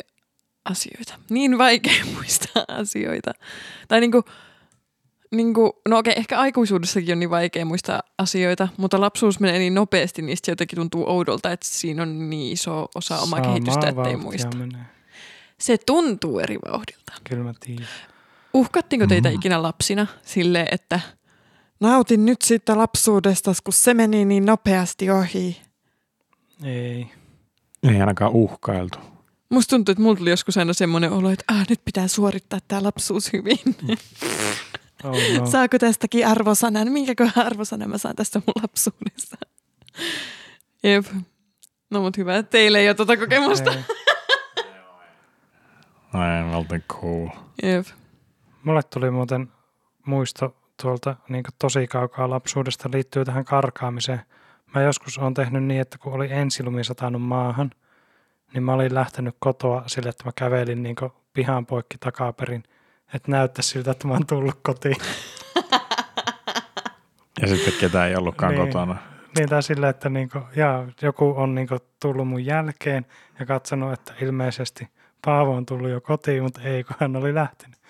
S2: asioita? Niin vaikea muistaa asioita. Tai niinku, niinku, no okei, ehkä aikuisuudessakin on niin vaikea muistaa asioita, mutta lapsuus menee niin nopeasti, niin se jotenkin tuntuu oudolta, että siinä on niin iso osa omaa
S3: Samaa
S2: kehitystä, ettei
S3: vauhtia
S2: muista.
S3: Menee.
S2: Se tuntuu eri vauhdilta.
S3: Kyllä mä tiedän.
S2: Uhkattiinko teitä
S1: Mm.
S3: Mm-hmm.
S2: ikinä lapsina sille, että
S4: Nautin nyt siitä lapsuudesta, kun se meni niin nopeasti ohi.
S3: Ei.
S1: Ei ainakaan uhkailtu.
S2: Musta tuntuu, että mulla tuli joskus aina semmoinen olo, että ah, nyt pitää suorittaa tämä lapsuus hyvin.
S3: Oh,
S4: No.
S3: no.
S4: Saako tästäkin arvosanan? Minkäköhän arvosanan mä saan tästä mun lapsuudesta?
S2: Jep. No mut hyvä, että teillä ei ole tota kokemusta.
S3: Ei.
S1: Ai, valten cool.
S2: Jep.
S3: Mulle tuli muuten muisto tuolta niin tosi kaukaa lapsuudesta liittyy tähän karkaamiseen. Mä joskus on tehnyt niin, että kun oli ensilumi satanut maahan, niin mä olin lähtenyt kotoa sille, että mä kävelin niin pihan poikki takaperin, että näyttää siltä, että mä oon tullut kotiin.
S1: Ja sitten ketään ei ollutkaan
S3: Niin.
S1: niin. kotona.
S3: Niin tai sillä, että niin kuin, jaa, joku on niin kuin, tullut mun jälkeen ja katsonut, että ilmeisesti Paavo on tullut jo kotiin, mutta ei, kun hän oli lähtenyt.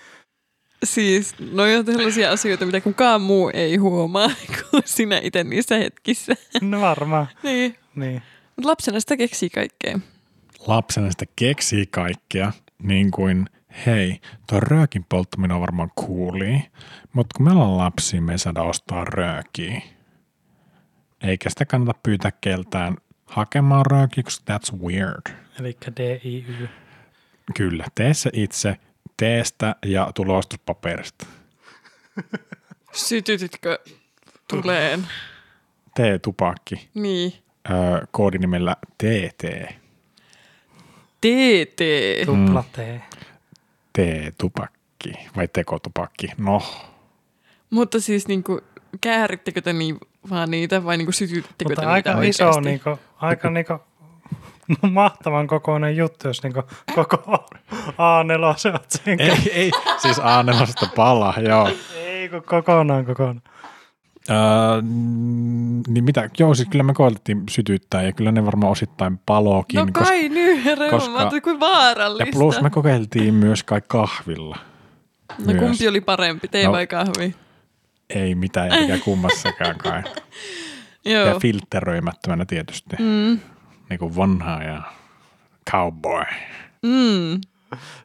S2: Siis, no on tällaisia asioita, mitä kukaan muu ei huomaa kuin sinä itse niissä hetkissä.
S3: No varmaan,
S2: Niin.
S3: niin.
S2: Mut lapsena sitä keksii kaikkea.
S1: Lapsena sitä keksii kaikkea, niin kuin hei, tuo röökin polttaminen on varmaan kuuli, mutta kun meillä on lapsia, me ei saada ostaa röökiä. Eikä sitä kannata pyytää keltään hakemaan röökiä, koska that's weird.
S3: Eli DIY.
S1: Kyllä, tee se itse teestä ja tulostuspaperista.
S2: Sytytitkö tuleen?
S1: T-tupakki,
S2: Niin.
S1: öö, koodinimellä TT.
S2: TT.
S3: Tupla T.
S1: T-tupakki vai tekotupakki. No,
S2: Mutta siis niinku, käärittekö te niin, vaan niitä vai niinku sytyttekö te
S3: Mutta
S2: niitä
S3: aika iso,
S2: oikeasti?
S3: niin kuin, aika niin kuin, no, mahtavan kokoinen juttu, jos niin kuin, koko A4 se on sen
S1: ei, ei, siis a pala, joo.
S3: Ei, kun kokonaan kokonaan.
S1: Öö, mm, niin mitä, joo siis kyllä me koetettiin sytyttää ja kyllä ne varmaan osittain palokin.
S2: No kai koska, nyt, herra,
S1: koska-
S2: koska, kuin vaarallista.
S1: ja plus me kokeiltiin myös kai kahvilla.
S2: no
S1: myös.
S2: kumpi oli parempi, tei
S1: No.
S2: vai kahvi?
S1: Ei mitään eikä kummassakaan kai.
S2: Joo.
S1: Ja filtteröimättömänä tietysti.
S2: Mm.
S1: Niin kuin vanha ja cowboy.
S2: Mm.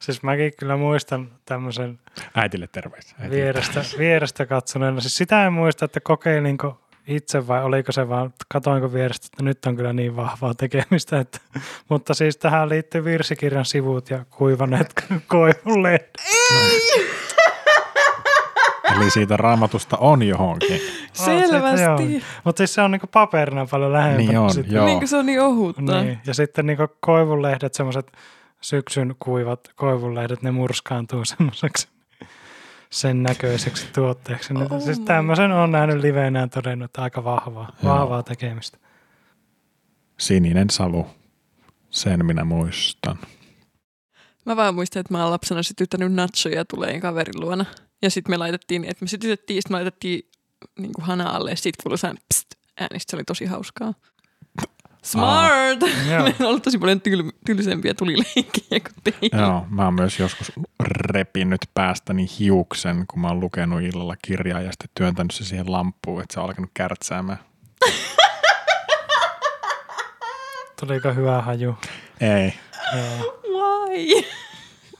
S3: Siis mäkin kyllä muistan tämmöisen
S1: Äitille terveisiä. Äitille
S3: vierestä, vierestä katsoneena. Siis sitä en muista, että kokeilinko itse vai oliko se vaan, katoinko vierestä, että nyt on kyllä niin vahvaa tekemistä. Että, mutta siis tähän liittyy virsikirjan sivut ja kuivaneet koivulleet.
S1: Eli siitä raamatusta on johonkin.
S2: Selvästi.
S3: Mutta siis se on niinku paperina paljon lähempänä.
S1: Niin on,
S3: sitä.
S1: joo.
S2: Niin kuin se on niin ohutta.
S3: Niin. Ja sitten niinku koivunlehdet, semmoiset syksyn kuivat koivunlehdet, ne murskaantuu semmoiseksi sen näköiseksi tuotteeksi.
S2: Oh
S3: Oh siis
S2: my
S3: tämmöisen on nähnyt liveenä ja todennut, että aika vahvaa,
S1: Joo.
S3: vahvaa tekemistä.
S1: Sininen savu. Sen minä muistan.
S2: Mä vaan muistan, että mä oon lapsena sytyttänyt nachoja tuleen kaverin luona. Ja sitten me laitettiin, että me sytytettiin, ja sit me laitettiin niin kuin hana alle, ja sit kuului sään pst, äänistä. Se oli tosi hauskaa. Smart!
S3: Joo.
S2: Meillä on ollut tosi paljon tyl- tylsempiä tulileikkejä kuin teillä.
S1: Joo, mä oon myös joskus repinyt päästäni hiuksen, kun mä oon lukenut illalla kirjaa ja sitten työntänyt se siihen lamppuun, että se on alkanut kärtsäämään.
S3: Tuliko hyvä haju?
S1: Ei.
S3: Joo.
S2: Why?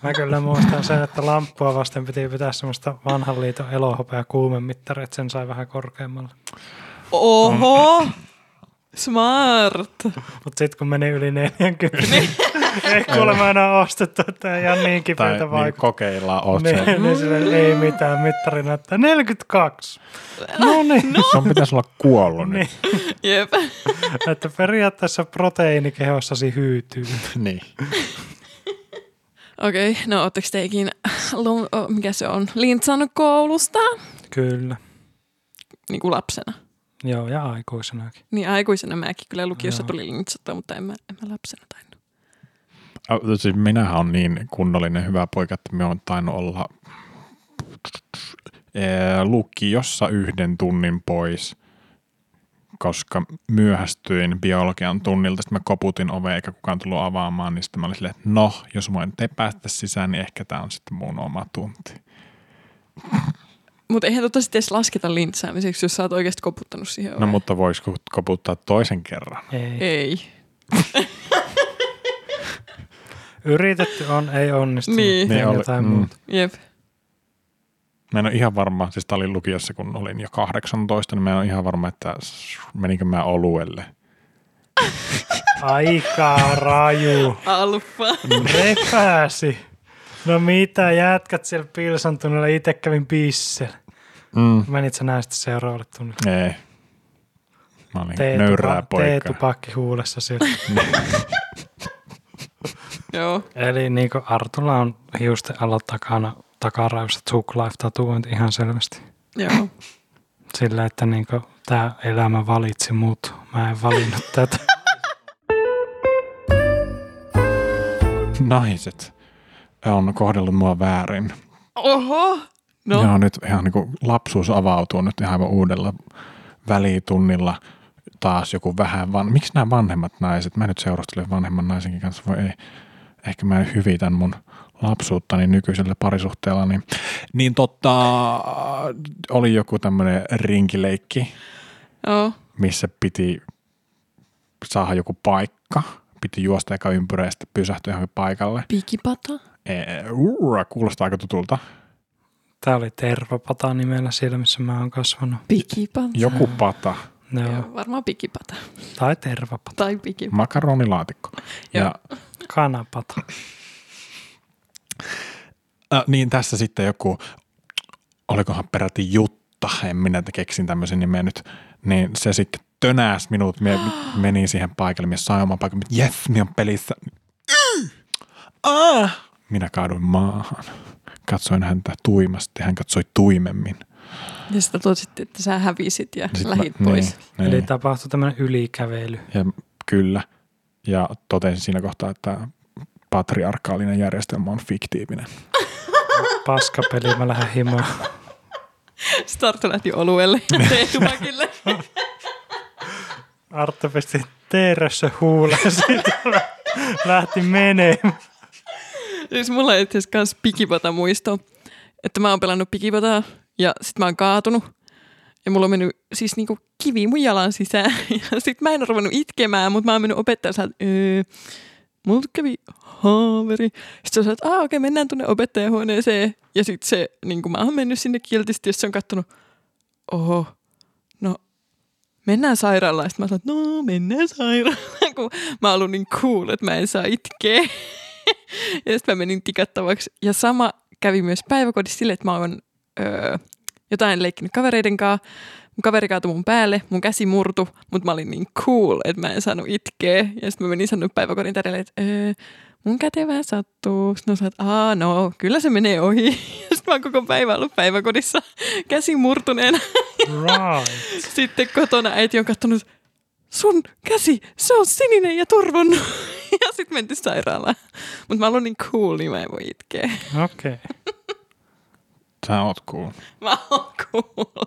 S3: Mä kyllä muistan sen, että lamppua vasten piti pitää semmoista vanhan liiton elohopea kuumemittaria, että sen sai vähän korkeammalle.
S2: Oho! Smart!
S3: Mutta sitten kun meni yli 40, niin ei kuulemma enää ostettu, että ei ihan niin
S1: Tai
S3: kipeätä
S1: niin,
S3: vaikuttaa.
S1: kokeillaan oot se.
S3: Niin, niin silleen, ei mitään, mittari näyttää 42. No niin.
S1: Sun pitäisi olla kuollut
S3: Niin.
S1: nyt.
S2: Jep.
S3: Että periaatteessa proteiini kehossasi hyytyy.
S1: Niin.
S2: Okei, okay, no ootteko te ikinä, lu- o, mikä se on, lintsannut koulusta?
S3: Kyllä.
S2: Niin kuin lapsena.
S3: Joo, ja aikuisenakin.
S2: Niin aikuisena mäkin kyllä lukiossa
S3: Joo.
S2: tuli lintsattua, mutta en mä, en mä lapsena tainnut.
S1: Ä, Siis minähän on niin kunnollinen hyvä poika, että me on tainnut olla ää, lukiossa yhden tunnin pois, koska myöhästyin biologian tunnilta. Sitten mä koputin ovea eikä kukaan tullut avaamaan, niin sitten mä olin silleen, että no, jos mä nyt ei päästä sisään, niin ehkä tämä on sitten mun oma tunti.
S2: Mutta eihän tota sitten edes lasketa lintsäämiseksi, jos sä oot oikeasti koputtanut siihen
S1: No
S2: oveen.
S1: mutta voisiko koputtaa toisen kerran?
S3: Ei.
S2: Ei.
S3: Yritetty on, ei onnistunut.
S2: Niin.
S3: Niin
S1: oli-
S3: jotain
S1: mm.
S3: muuta.
S2: Jep.
S1: Mä en ole ihan varma, siis tää oli lukiossa kun olin jo 18, niin mä en ole ihan varma, että s- menikö mä oluelle.
S3: Aika raju.
S2: Alfa.
S3: Repäsi. No mitä, jätkät siellä Pilsan tunnilla, itse kävin pissellä.
S1: Mm.
S3: Menit sä näistä seuraavalle tunnille.
S1: Ei. Mä olin
S3: Tee
S1: Niin, nöyrää
S3: tupa- tee
S1: poikaa.
S3: tupakki huulessa siellä.
S2: Joo.
S3: Eli niin kuin Artulla on hiusten alla takana takaraivossa suklaif tatuointi ihan selvästi.
S2: Joo.
S3: Sillä, että niin tämä elämä valitsi mut. Mä en valinnut tätä.
S1: Naiset on kohdellut mua väärin.
S2: Oho. No.
S1: No. Ja nyt ihan niin kuin lapsuus avautuu nyt ihan uudella välitunnilla taas joku vähän van... Miksi nämä vanhemmat naiset? Mä nyt seurustelen vanhemman naisenkin kanssa, voi ei. Ehkä mä hyvitän mun lapsuuttani nykyisellä parisuhteella. Niin, niin totta, oli joku tämmöinen rinkileikki,
S2: Joo.
S1: missä piti saada joku paikka. Piti juosta eka ympyrä ja sitten pysähtyä johonkin paikalle.
S2: Pikipata.
S1: Ee, urra, kuulostaa aika tutulta.
S3: Tää oli Tervapata nimellä siellä, missä mä oon kasvanut.
S2: Pikipata.
S1: Joku pata,
S3: Joo.
S2: Joo. Varmaan pikipata.
S3: Tai Tervapata.
S2: Tai pikipata.
S1: makaronilaatikko. Ja,
S2: Joo.
S3: Kanapata.
S1: äh, niin tässä sitten joku, olikohan peräti Jutta, en minä te- keksin tämmöisen nimen nyt, niin se sitten tönäs minut, mie menin siihen paikalle, mie sain oman paikan, mie, jes, mie on pelissä. Mm. Ah! Minä kaaduin maahan. Katsoin häntä tuimasti, hän katsoi tuimemmin.
S2: Ja sitä tositti, että sä hävisit ja
S1: No Sit mä-
S2: lähit pois.
S1: Niin,
S3: Eli
S1: niin.
S3: tapahtui tämmöinen ylikävely.
S1: Ja kyllä. Ja totesin siinä kohtaa, että patriarkaalinen järjestelmä on fiktiivinen.
S3: Paskapeli, mä lähden himoon.
S2: Startu lähti oluelle ja teetupakille.
S3: Arttu pisti teerässä huuleen, siitä lä- lähti menemään.
S2: siis mulla on itse asiassa kans pikipata muisto, että mä oon pelannut pikipataa ja sit mä oon kaatunut. Ja mulla on mennyt siis niinku kivi mun jalan sisään. Ja sit mä en ole ruvennut itkemään, mutta mä oon mennyt opettajan sanonut, että "Öö, mulla kävi haaveri. Sitten se sanoi, että "Aa, okei, mennään tuonne opettajahuoneeseen. Ja sit se, niin mä oon mennyt sinne kiltisti, ja se on kattonut, oho, no mennään sairaalaan. Sitten mä sanoin, että no mennään sairaalaan, kun mä oon ollut niin cool, että mä en saa itkeä. Ja sitten mä menin tikattavaksi. Ja sama kävi myös päiväkodissa sille, että mä oon öö, jotain leikkinyt kavereiden kanssa. Mun kaveri kaatui mun päälle, mun käsi murtu, mutta mä olin niin cool, että mä en saanut itkeä. Ja sitten mä menin sanoa päiväkodin tädelle, että öö, mun käteen vähän sattuu. Sitten sanoin, että aa no, kyllä se menee ohi. Ja sitten mä oon koko päivä ollut päiväkodissa käsi murtuneena.
S3: Right.
S2: Sitten kotona äiti on katsonut, sun käsi, se on sininen ja turvonnut. Ja sitten mentiin sairaalaan. Mutta mä olin niin cool, niin mä en voi itkeä.
S3: Okei. Okay.
S1: Sä oot cool.
S2: Mä oon cool.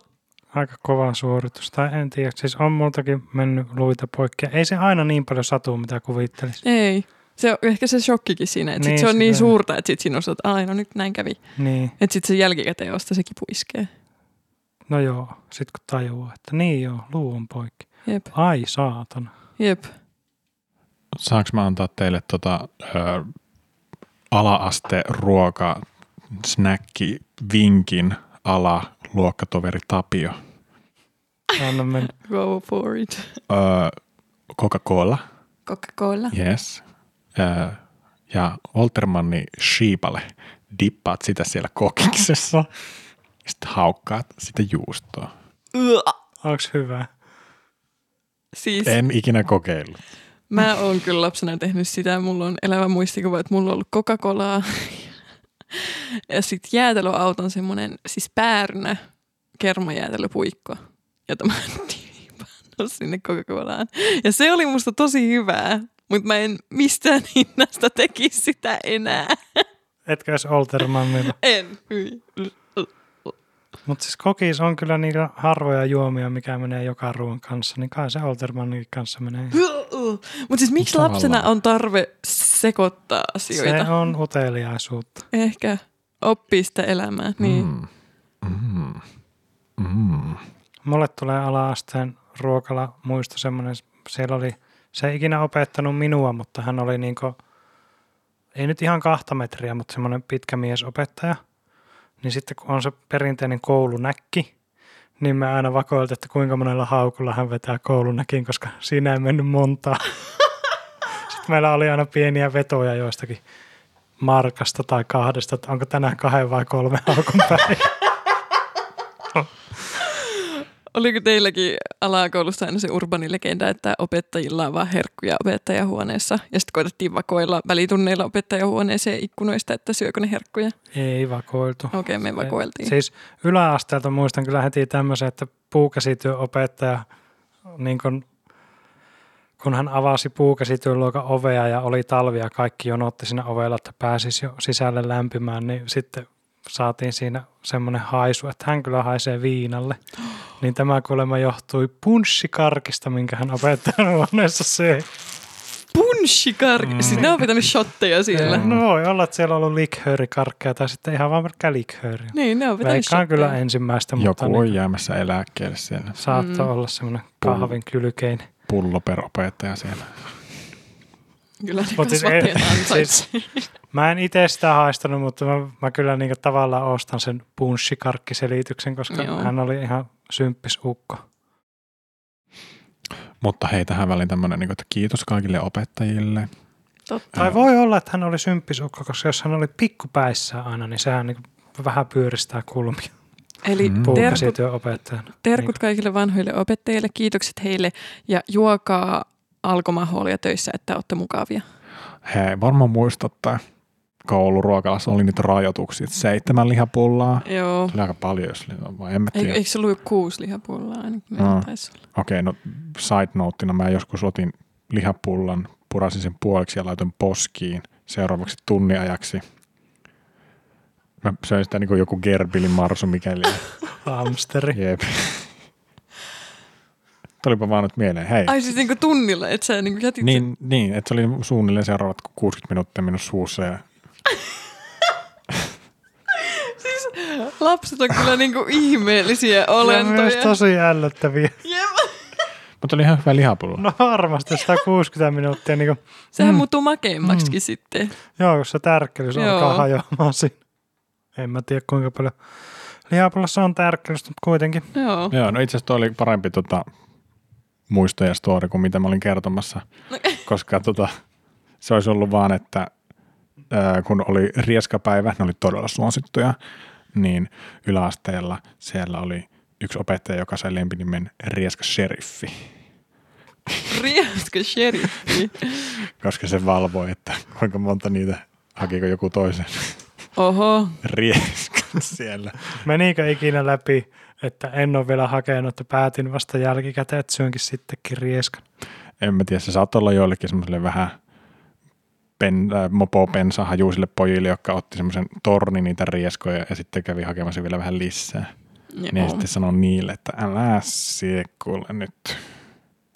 S3: Aika kova suoritus. Tai en tiedä, siis on multakin mennyt luita poikki. Ei se aina niin paljon satu, mitä kuvittelisi.
S2: Ei. Se on ehkä se shokkikin siinä, että
S3: Niin,
S2: sit se on niin
S3: sitä.
S2: suurta, että sit siinä on se, että aina nyt näin kävi.
S3: Niin.
S2: Että sit se jälkikäteen vasta se kipu iskee.
S3: No joo, sit kun tajuaa, että niin joo, luu on poikki.
S2: Jep,
S3: Ai saatana.
S2: jep.
S1: Saanko mä antaa teille tota, ö, ala-aste ruoka snäkki vinkin ala luokkatoveri Tapio?
S3: Anna mennä.
S2: Go for it.
S1: Ö, Coca-Cola,
S2: Coca-Cola.
S1: yes. Ö, ja Oltermanni Shiipale. Dippaat sitä siellä kokiksessa. Sitten haukkaat sitä juustoa.
S2: Uah.
S3: Onks hyvä?
S2: Siis
S1: En ikinä kokeillut.
S2: Mä oon kyllä lapsena tehnyt sitä. Mulla on elävä muistikuva, että mulla on ollut Coca-Colaa. Ja sit jäätelöauton semmonen, siis päärynä kermajäätelöpuikko, jota mä oon tipannut sinne Coca-Colaan. Ja se oli musta tosi hyvää. mutta mä en mistään hinnasta tekisi sitä enää.
S3: Etkö edes Oltermannilla.
S2: En. Hyi.
S3: Mutta siis kokis on kyllä niitä harvoja juomia, mikä menee joka ruoan kanssa, niin kai se Oltermannin kanssa menee.
S2: Mutta siis miksi
S1: Tavallaan.
S2: lapsena on tarve sekoittaa asioita?
S3: Se on uteliaisuutta.
S2: Ehkä oppii sitä elämää. Niin. Mm.
S1: Mm. Mm.
S3: Mulle tulee ala-asteen ruokala muisto semmoinen, siellä oli, se ei ikinä opettanut minua, mutta hän oli niinku, ei nyt ihan kahta metriä, mutta semmoinen pitkä miesopettaja. Niin sitten kun on se perinteinen koulunäkki, niin me aina vakoilta, että kuinka monella haukulla hän vetää koulunäkin, koska siinä ei mennyt montaa. Sitten meillä oli aina pieniä vetoja joistakin markasta tai kahdesta, että onko tänään kahden vai kolme haukun päivä.
S2: Oliko teilläkin alakoulussa aina se urbani legenda, että opettajilla on vaan herkkuja opettajahuoneessa? Ja sitten koitettiin vakoilla välitunneilla opettajahuoneeseen ikkunoista, että syökö ne herkkuja?
S3: Ei vakoiltu.
S2: Okei, okay, me vakoiltiin.
S3: Siis yläasteelta muistan kyllä heti tämmöisen, että puukäsityöopettaja, niin kun, kun hän avasi puukäsityöluokan ovea ja oli talvi ja kaikki jonotti siinä ovella, että pääsisi jo sisälle lämpimään, niin sitten saatiin siinä semmoinen haisu, että hän kyllä haisee viinalle. Niin tämä kuulemma johtui punssikarkista, minkä hän opettajan huoneessa söi.
S2: Punshikar! Mm. Siis ne on pitänyt shotteja siellä.
S3: No voi olla, että siellä on ollut likhöörikarkkeja tai sitten ihan vaan pelkkää likhööriä.
S2: Niin, ne on pitänyt
S3: Veikkaan
S2: shotteja.
S3: kyllä ensimmäistä,
S1: Joku
S3: mutta niin,
S1: on jäämässä eläkkeelle siellä.
S3: Saattaa mm. olla semmoinen kahvin kylkein.
S1: Pullo per opettaja siellä.
S2: Kyllä ne
S3: Mut siis
S2: kasvattajat
S3: ei-
S2: ansaitsee.
S3: Mä en itse sitä haistanut, mutta mä, mä kyllä niinku tavallaan ostan sen punssikarkkiselityksen, koska
S2: Joo.
S3: Joo. hän oli ihan symppis ukko.
S1: Mutta hei, tähän väliin tämmöinen, niin että kiitos kaikille opettajille.
S2: Totta.
S3: Tai voi olla, että hän oli symppis ukko, koska jos hän oli pikkupäissään aina, niin sehän niinku vähän pyöristää kulmia
S2: Eli
S3: Mm-hmm.
S1: Mm.
S2: terkut
S3: puukäsityöopettajana.
S2: Terkut kaikille vanhoille opettajille, kiitokset heille ja juokaa alkomaholia töissä, että olette mukavia.
S1: Hei, varmaan muistatte, kouluruokalassa oli niitä rajoituksia. että Seitsemän lihapullaa.
S2: Joo.
S1: Oli aika paljon, jos li- vai en mä
S2: Eikö,
S1: tiedä.
S2: eikö se ollut jo kuusi lihapullaa ainakin?
S1: Joo.
S2: No. Taisi olla.
S1: Okei, no side noteina mä joskus otin lihapullan, purasin sen puoliksi ja laitoin poskiin seuraavaksi tunnin ajaksi. Mä söin sitä niin kuin joku gerbilin marsu mikäli.
S3: Hamsteri.
S1: Jep. Tulipa vaan nyt mieleen, hei.
S2: Ai siis niinku tunnilla, että sä niinku jätit sen.
S1: Niin, niin, että se oli suunnilleen seuraavat 60 minuuttia minun suussa ja
S2: Siis lapset on kyllä niinku ihmeellisiä
S3: Ja myös
S2: olentoja.
S3: tosi ällöttäviä.
S2: Jep.
S1: Mutta oli ihan hyvä lihapulla.
S3: No varmasti 160 minuuttia. Niin kuin,
S2: Sehän muuttuu makeimmaksikin sitten.
S3: Joo, kun se tärkkelys
S2: Joo.
S3: alkaa hajoamaan siinä. En mä tiedä kuinka paljon. Lihapullossa on tärkkelys, mutta kuitenkin.
S2: Joo.
S1: Joo, no itse asiassa toi oli parempi tota, muisto ja story kuin mitä mä olin kertomassa, koska tota, se olisi ollut vaan, että ää, kun oli rieskapäivä, ne oli todella suosittuja, niin yläasteella siellä oli yksi opettaja, joka sai lempinimen Rieska Sheriffi,
S2: Rieska sheriffi.
S1: koska se valvoi, että kuinka monta niitä hakiko joku toisen
S2: Oho.
S1: rieskan siellä.
S3: Menikö ikinä läpi, että en ole vielä hakenut, että päätin vasta jälkikäteen, että syönkin sittenkin rieskan.
S1: en mä tiedä, se saattoi olla joillekin semmoiselle vähän pen, äh, mopopensa hajuisille pojille, jotka otti semmoisen tornin niitä rieskoja ja sitten kävi hakemassa vielä vähän lisää. Niin ja
S2: Joo.
S1: sitten sanoi niille, että älä sie kuule nyt.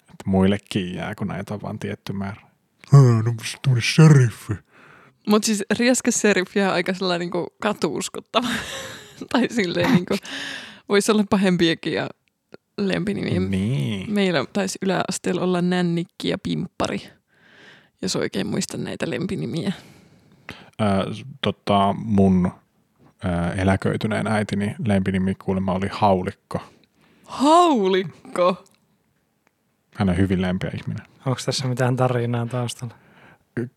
S1: Että muillekin jää, kun näitä on vaan tietty määrä. "Hää, No tuonne sheriffi.
S2: Mutta siis rieska seriffiä on aika sellainen niinku katuuskottava. tai silleen niinku, voisi olla pahempiakin ja lempinimiä. Niin.
S1: Niin.
S2: Meillä taisi yläasteella olla nännikki ja pimppari, jos oikein muistan näitä lempinimiä.
S1: Äh, tota, mun äh, eläköityneen äitini lempinimi kuulemma oli Haulikko.
S2: Haulikko!
S1: Hän on hyvin lempeä ihminen.
S3: Onko tässä mitään tarinaa taustalla?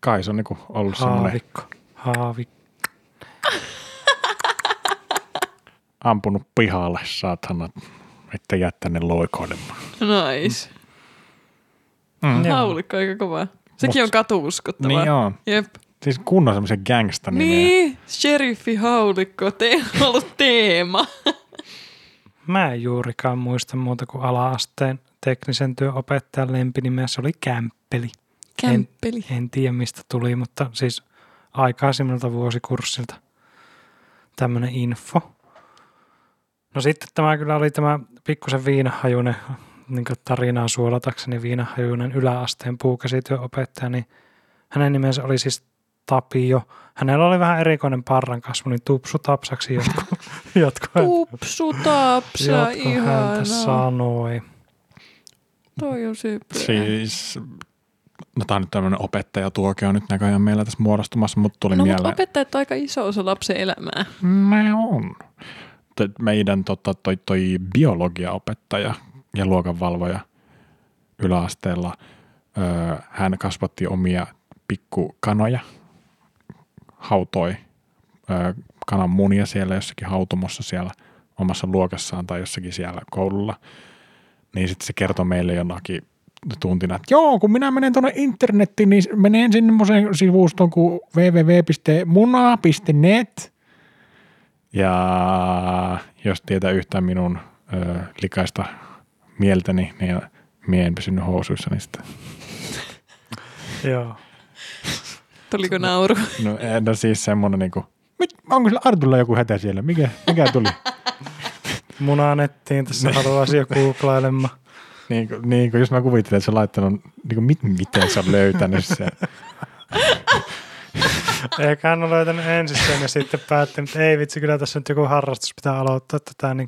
S1: Kai se on niinku ollut semmoinen
S3: Haavikko. Haavikko.
S1: ampunut pihalle, saatana, että jättää ne loikoilemaan.
S2: Nice.
S1: Mm.
S3: Joo.
S2: Haulikko aika kova. Sekin
S1: Mut-
S2: on katuuskottava.
S1: Niin on.
S2: Jep.
S1: Siis kunnon semmoisen gangsta niin.
S2: Niin, sheriffi haulikko, te on ollut teema.
S3: Mä en juurikaan muista muuta kuin ala-asteen teknisen työopettajan lempinimeä. Se oli Kämppeli.
S2: Kämppeli.
S3: En tiedä mistä tuli, mutta siis aikaisemmilta vuosikurssilta tämmöinen info. No sitten tämä kyllä oli tämä pikkusen viinahajunen, niin tarinaa suolatakseni viinahajunen yläasteen puukäsityöopettaja, niin hänen nimensä oli siis Tapio. Hänellä oli vähän erikoinen parran kasvu, niin tupsu tapsaksi jotkut, jotkut,
S2: Tupsu tapsa,
S3: jotkut häntä
S2: ihanaa.
S3: sanoi.
S2: Toi on sypyä.
S1: Siis, no tää on nyt tämmönen opettajatuokio nyt näköjään meillä tässä muodostumassa, mutta tuli
S2: No mutta
S1: mieleen.
S2: opettajat on aika iso osa lapsen elämää.
S1: Ne on. T- Meidän tota, toi, toi biologiaopettaja ja luokanvalvoja yläasteella, öö, hän kasvatti omia pikkukanoja, hautoi öö, kanan munia siellä jossakin hautomossa siellä omassa luokassaan tai jossakin siellä koululla. Niin sitten se kertoi meille jonakin tuntina, että joo, kun minä menen tuonne internettiin, niin menen semmoiseen sivustoon kuin www.muna.net – ja jos tietää yhtään minun ö, likaista mieltäni, niin mie en pysynyt housuissa niistä.
S3: Joo.
S2: Tuliko nauru?
S1: No, eh, no siis semmoinen niinku, "Mit- onko sillä Artulla joku hätä siellä? Mikä, mikä tuli?
S3: Munanettiin tässä haluaisi jo googlailemaan.
S1: niin, kuin, niin kuin, jos mä kuvittelen, että se on laittanut, niin kuin, mit, miten sä oot löytänyt sen?
S3: Ehkä hän on löytänyt ensin sen ja sitten päätti, mutta ei vitsi, kyllä tässä nyt joku harrastus pitää aloittaa, että tämä niin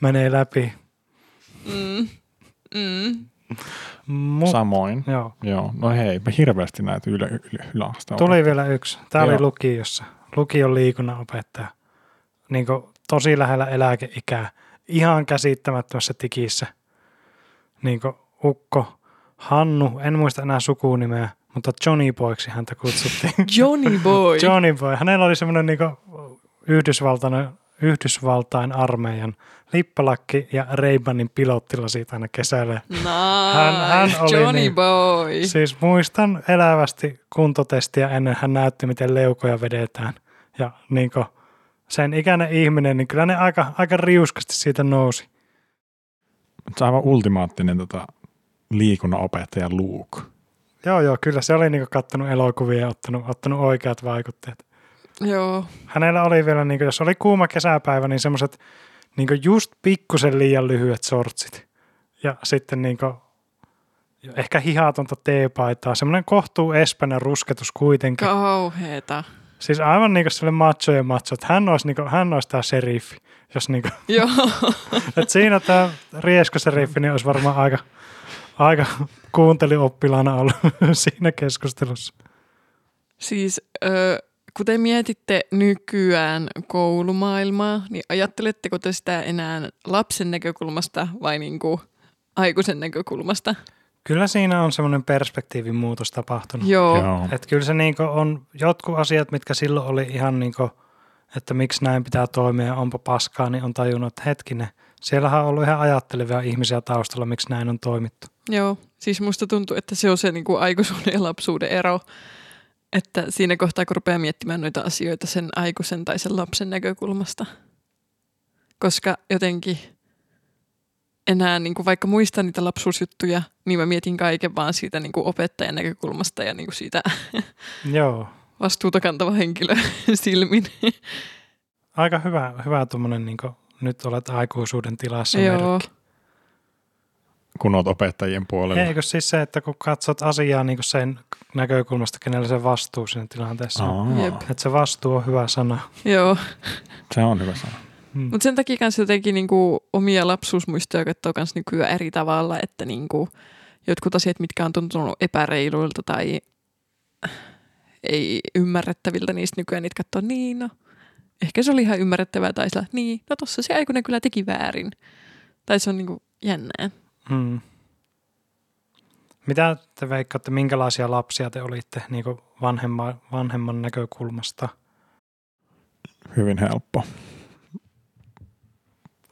S3: menee läpi.
S2: Mm. Mm.
S3: Mut,
S1: Samoin.
S3: joo.
S1: Joo, no hei, mä hirveästi näitä ylä, ylä, yläasteella.
S3: Tuli vielä yksi. Tämä oli
S1: Joo.
S3: lukiossa. Lukion liikunnanopettaja. Niin tosi lähellä eläkeikää. Ihan käsittämättömässä tikissä. Niin ukko. Hannu, en muista enää sukunimeä, mutta Johnny Boyksi häntä kutsuttiin.
S2: Johnny boy.
S3: Johnny Boy. Hänellä oli semmoinen niin Yhdysvaltain, Yhdysvaltain armeijan lippalakki ja Reibanin pilottilasit aina kesällä.
S2: nice.
S3: Hän- hän oli
S2: Johnny
S3: niin-
S2: boy.
S3: Siis muistan elävästi kuntotestiä ennen hän näytti, miten leukoja vedetään. Ja niin sen ikäinen ihminen, niin kyllä ne aika, aika riuskasti siitä nousi.
S1: Se on aivan ultimaattinen tota, liikunnanopettaja Luke.
S3: Joo, joo, kyllä se oli niin kattonut elokuvia ja ottanut, ottanut oikeat vaikutteet.
S2: Joo.
S3: Hänellä oli vielä, niin jos oli kuuma kesäpäivä, niin semmoiset niin just pikkusen liian lyhyet sortsit. Ja sitten niin ehkä hihatonta teepaitaa. Semmoinen kohtuu espäinen rusketus kuitenkin.
S2: Kauheeta.
S3: Siis aivan niin kuin sille machojen macho, että hän olisi, niin kuin, hän olisi tämä seriffi. Jos niin kuin,
S2: Joo.
S3: että siinä tämä rieskoseriffi niin olisi varmaan aika, aika kuuntelioppilaana ollut siinä keskustelussa.
S2: Siis ö, kun te mietitte nykyään koulumaailmaa, niin ajatteletteko te sitä enää lapsen näkökulmasta vai niinku aikuisen näkökulmasta?
S3: Kyllä siinä on semmoinen perspektiivin muutos tapahtunut.
S2: Joo.
S1: Joo.
S3: Et kyllä se niinku on jotkut asiat, mitkä silloin oli ihan niinku, että miksi näin pitää toimia ja onpa paskaa, niin on tajunnut, että hetkinen, siellähän on ollut ihan ajattelevia ihmisiä taustalla, miksi näin on toimittu.
S2: Joo, siis musta tuntuu, että se on se niinku aikuisuuden ja lapsuuden ero. Että siinä kohtaa, kun rupeaa miettimään noita asioita sen aikuisen tai sen lapsen näkökulmasta. Koska jotenkin enää, niinku, vaikka muistan niitä lapsuusjuttuja, niin mä mietin kaiken vaan siitä niinku opettajan näkökulmasta ja niinku siitä
S3: Joo,
S2: vastuuta kantava henkilö silmin.
S3: aika hyvä, hyvä tuommoinen niinku, nyt olet aikuisuuden tilassa. merkki.
S1: Kun oot opettajien puolella.
S3: Eikö siis se, että kun katsot asiaa niin sen näkökulmasta, kenellä se vastuu siinä tilanteessa on.
S1: Aa,
S2: Jep.
S3: Että se vastuu on hyvä sana.
S2: Joo.
S1: se on hyvä sana.
S3: Mm.
S2: Mutta sen takia kanssa jotenkin niinku omia lapsuusmuistoja katsoo myös nykyään eri tavalla, että niinku jotkut asiat, mitkä on tuntunut epäreiluilta tai ei ymmärrettäviltä, niistä nykyään niitä katsoo niin, no ehkä se oli ihan ymmärrettävää tai sillä, niin, no tossa se aikuinen kyllä teki väärin. Tai se on niinku jännää.
S3: Mm. Mitä te veikkaatte, minkälaisia lapsia te olitte niin vanhemman, vanhemman näkökulmasta?
S1: Hyvin helppo.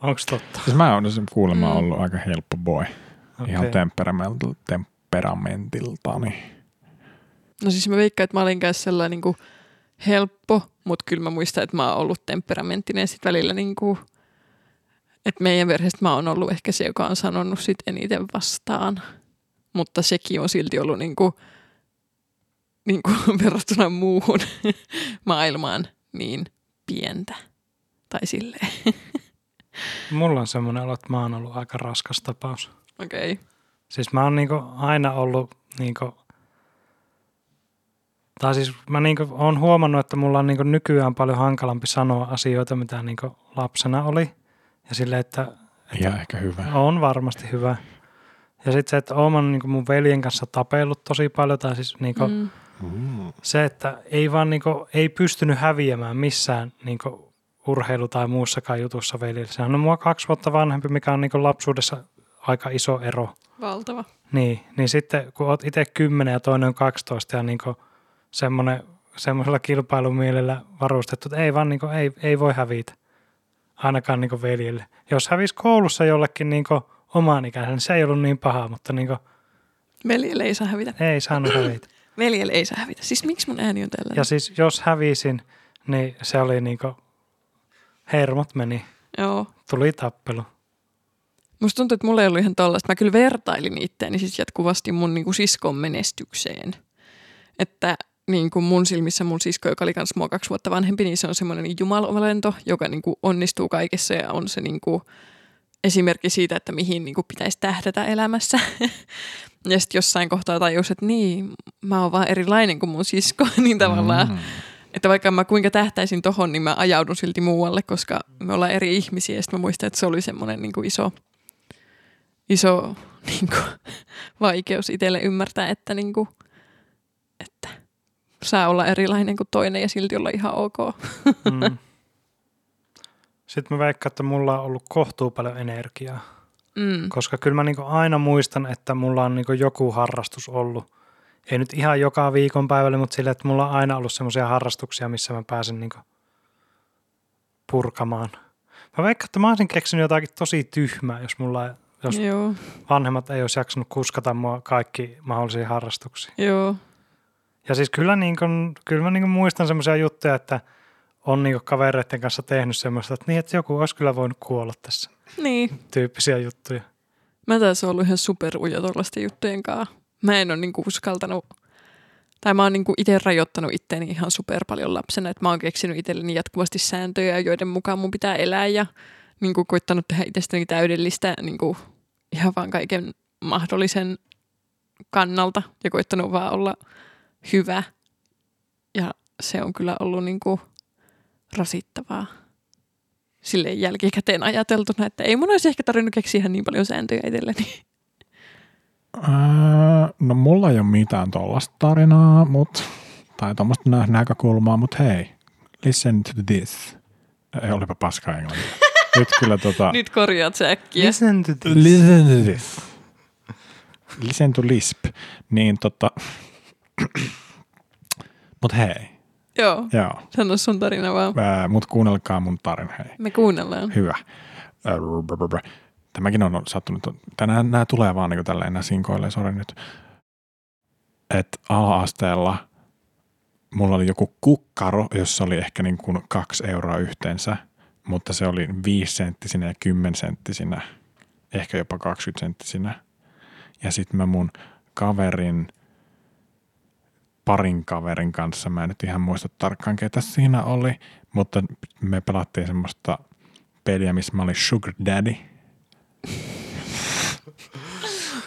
S3: Onko totta?
S1: Siis mä oon kuulemma
S2: Mm.
S1: ollut aika helppo boy. Okay. Ihan temperamentil- temperamentiltani.
S2: No siis mä veikkaan, että mä olin kanssa sellainen niinku helppo, mutta kyllä mä muistan, että mä oon ollut temperamenttinen sit välillä niinku, että meidän perheestä mä oon ollut ehkä se, joka on sanonut sit eniten vastaan. Mutta sekin on silti ollut niinku niin kuin verrattuna muuhun maailmaan niin pientä. Tai silleen.
S3: Mulla on semmoinen olo, että mä oon ollut aika raskas tapaus.
S2: Okei. Okay.
S3: Siis mä oon niinku aina ollut, niinku, tai siis mä niinku oon huomannut, että mulla on niinku nykyään paljon hankalampi sanoa asioita, mitä niinku lapsena oli. Ja sille, että
S1: Ja ehkä hyvä.
S3: on varmasti hyvä. Ja sitten se, että oon mä niinku mun veljen kanssa tapellut tosi paljon, tai siis niinku, mm.
S2: Mm.
S1: Mm.
S3: se, että ei vaan niinku, ei pystynyt häviämään missään niinku urheilu- tai muussakaan jutussa veljellä. Sehän on mua kaksi vuotta vanhempi, mikä on niinku lapsuudessa aika iso ero.
S2: Valtava.
S3: Niin, niin sitten kun oot itse 10 ja toinen on 12 ja niin semmoinen, semmoisella kilpailumielellä varustettu, että ei vaan niin ei, ei voi hävitä ainakaan niin veljelle. Jos hävis koulussa jollekin niin omaan ikäisen, niin se ei ollut niin paha, mutta niin
S2: Veljelle ei saa hävitä.
S3: ei saanut hävitä.
S2: Veljelle ei saa hävitä. Siis miksi mun ääni on tällainen?
S3: Ja siis jos hävisin, niin se oli niin hermot meni,
S2: Joo.
S3: tuli tappelu.
S2: Musta tuntuu, että mulla ei ollut ihan tollaista. Mä kyllä vertailin itteeni siis jatkuvasti mun niin kuin siskon menestykseen. Että niin kuin mun silmissä mun sisko, joka oli kans mua kaksi vuotta vanhempi, niin se on semmoinen jumalolento, joka niin kuin onnistuu kaikessa ja on se niin kuin esimerkki siitä, että mihin niin kuin pitäisi tähdätä elämässä. ja sitten jossain kohtaa tajus, että niin, mä oon vaan erilainen kuin mun sisko, niin tavallaan
S1: Mm.
S2: että vaikka mä kuinka tähtäisin tohon, niin mä ajaudun silti muualle, koska me ollaan eri ihmisiä. Ja sitten mä muistan, että se oli semmoinen niin kuin iso, iso niin kuin, vaikeus itselle ymmärtää, että, niin kuin, että saa olla erilainen kuin toinen ja silti olla ihan ok.
S3: Mm. Sitten mä veikkaan, että mulla on ollut kohtuu paljon energiaa.
S2: Mm.
S3: koska kyllä mä niin aina muistan, että mulla on niin joku harrastus ollut. Ei nyt ihan joka viikonpäivälle, mutta sille, että mulla on aina ollut semmoisia harrastuksia, missä mä pääsen niin purkamaan. Mä veikkaan, että mä olisin keksinyt jotakin tosi tyhmää, jos mulla ei- jos
S2: Joo,
S3: vanhemmat ei olisi jaksanut kuskata mua kaikki mahdollisiin harrastuksiin.
S2: joo.
S3: Ja siis kyllä, niin kuin, kyllä mä niin kuin muistan semmoisia juttuja, että on niin kuin kavereiden kanssa tehnyt semmoista, että, niin, että joku olisi kyllä voinut kuolla tässä
S2: Niin.
S3: tyyppisiä juttuja.
S2: Mä taas oon ollut ihan superuja tuollaisten juttujen kanssa. Mä en ole niin kuin uskaltanut tai mä oon niinku itse rajoittanut itteeni ihan super paljon lapsena, että mä oon keksinyt itselleni jatkuvasti sääntöjä, joiden mukaan mun pitää elää ja niinku koittanut tehdä itsestäni täydellistä niinku ihan vaan kaiken mahdollisen kannalta ja koittanut vaan olla hyvä. Ja se on kyllä ollut niinku rasittavaa sille jälkikäteen ajateltuna, että ei mun olisi ehkä tarvinnut keksiä ihan niin paljon sääntöjä itselleni.
S1: Ää, no mulla ei ole mitään tuollaista tarinaa, mut, tai tuommoista nä- näkökulmaa, mutta hei, listen to this. Ei, olipa paska englantia. Nyt kyllä tota,
S2: Nyt korjaat sä äkkiä.
S3: Listen to this.
S1: listen to this. Listen to lisp. Niin tota, mut hei,
S2: Joo,
S1: joo.
S2: sano sun tarina vaan.
S1: Ää, mut kuunnelkaa mun tarina, hei.
S2: Me kuunnellaan.
S1: Hyvä. Ää, brr, brr, brr. Tämäkin on sattunut. Tänään nämä tulee vaan niin tälleen, nämä sinkoilee, sori nyt. Että ala-asteella mulla oli joku kukkaro, jossa oli ehkä niin kuin kaksi euroa yhteensä, mutta se oli viisenttisinä ja kymmensenttisinä, ehkä jopa 20 senttisinä. Ja sitten mä mun kaverin, parin kaverin kanssa, mä en nyt ihan muista tarkkaan ketä siinä oli, mutta me pelattiin semmoista peliä, missä mä olin Sugar Daddy.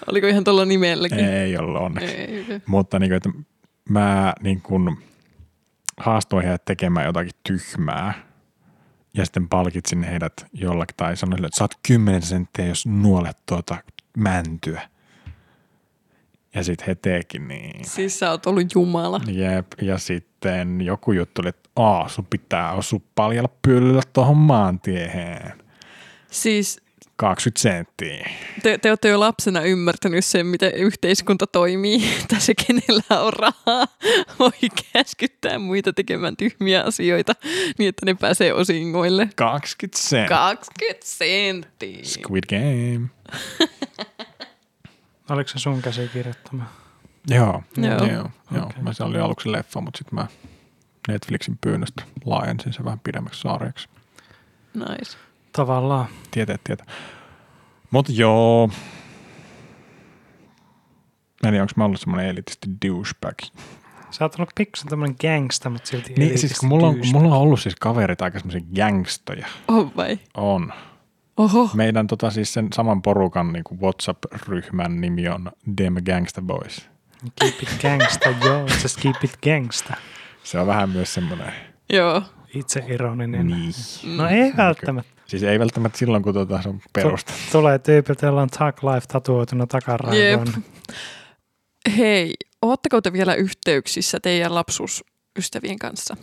S2: Oliko ihan tuolla nimelläkin?
S1: Ei ollut onneksi.
S2: Ei, okei.
S1: Mutta niin kuin, että mä niin kuin, haastoin heidät tekemään jotakin tyhmää. Ja sitten palkitsin heidät jollakin tai sanoin, sille, että saat 10 senttiä, jos nuolet tuota mäntyä. Ja sitten he teki niin.
S2: Siis sä oot ollut jumala.
S1: Jep, ja sitten joku juttu oli, että Aa, sun pitää osua paljalla pyllyllä tuohon maantiehen.
S2: Siis
S1: 20 senttiä.
S2: te, te olette jo lapsena ymmärtänyt sen, miten yhteiskunta toimii, että se kenellä on rahaa voi käskyttää muita tekemään tyhmiä asioita niin, että ne pääsee osingoille.
S1: 20 senttiä.
S2: 20 senttiä.
S1: Squid Game.
S3: Oliko se sun käsikirjoittama?
S1: Joo,
S2: Joo.
S1: joo. joo, joo. Okay. Mä se oli aluksi leffa, mutta sitten mä Netflixin pyynnöstä laajensin sen vähän pidemmäksi sarjaksi.
S2: Nice.
S3: Tavallaan.
S1: Tietää, tietää. Mutta joo. Mä en tiedä, onko mä ollut semmoinen elitisti douchebag.
S3: Sä oot ollut pikkusen tämmönen gangsta, mutta silti
S1: Niin, siis kun mulla on, mulla on ollut siis kaverit aika semmoisia gangstöjä.
S2: On Oh, vai?
S1: On.
S2: Oho.
S1: Meidän tota, siis sen saman porukan niin kuin WhatsApp-ryhmän nimi on Dem Gangsta Boys.
S3: Keep it gangsta, joo. Just keep it gangsta.
S1: Se on vähän myös semmoinen.
S2: Joo.
S3: Itse ironinen.
S1: Niin.
S3: No ei välttämättä.
S1: Siis ei välttämättä silloin, kun tota, se on perusta.
S3: Tu- tulee tyypiltä, jolla on Tag Life tatuoituna takaraivoon.
S2: Jep. Hei, ootteko te vielä yhteyksissä teidän lapsuusystävien kanssa?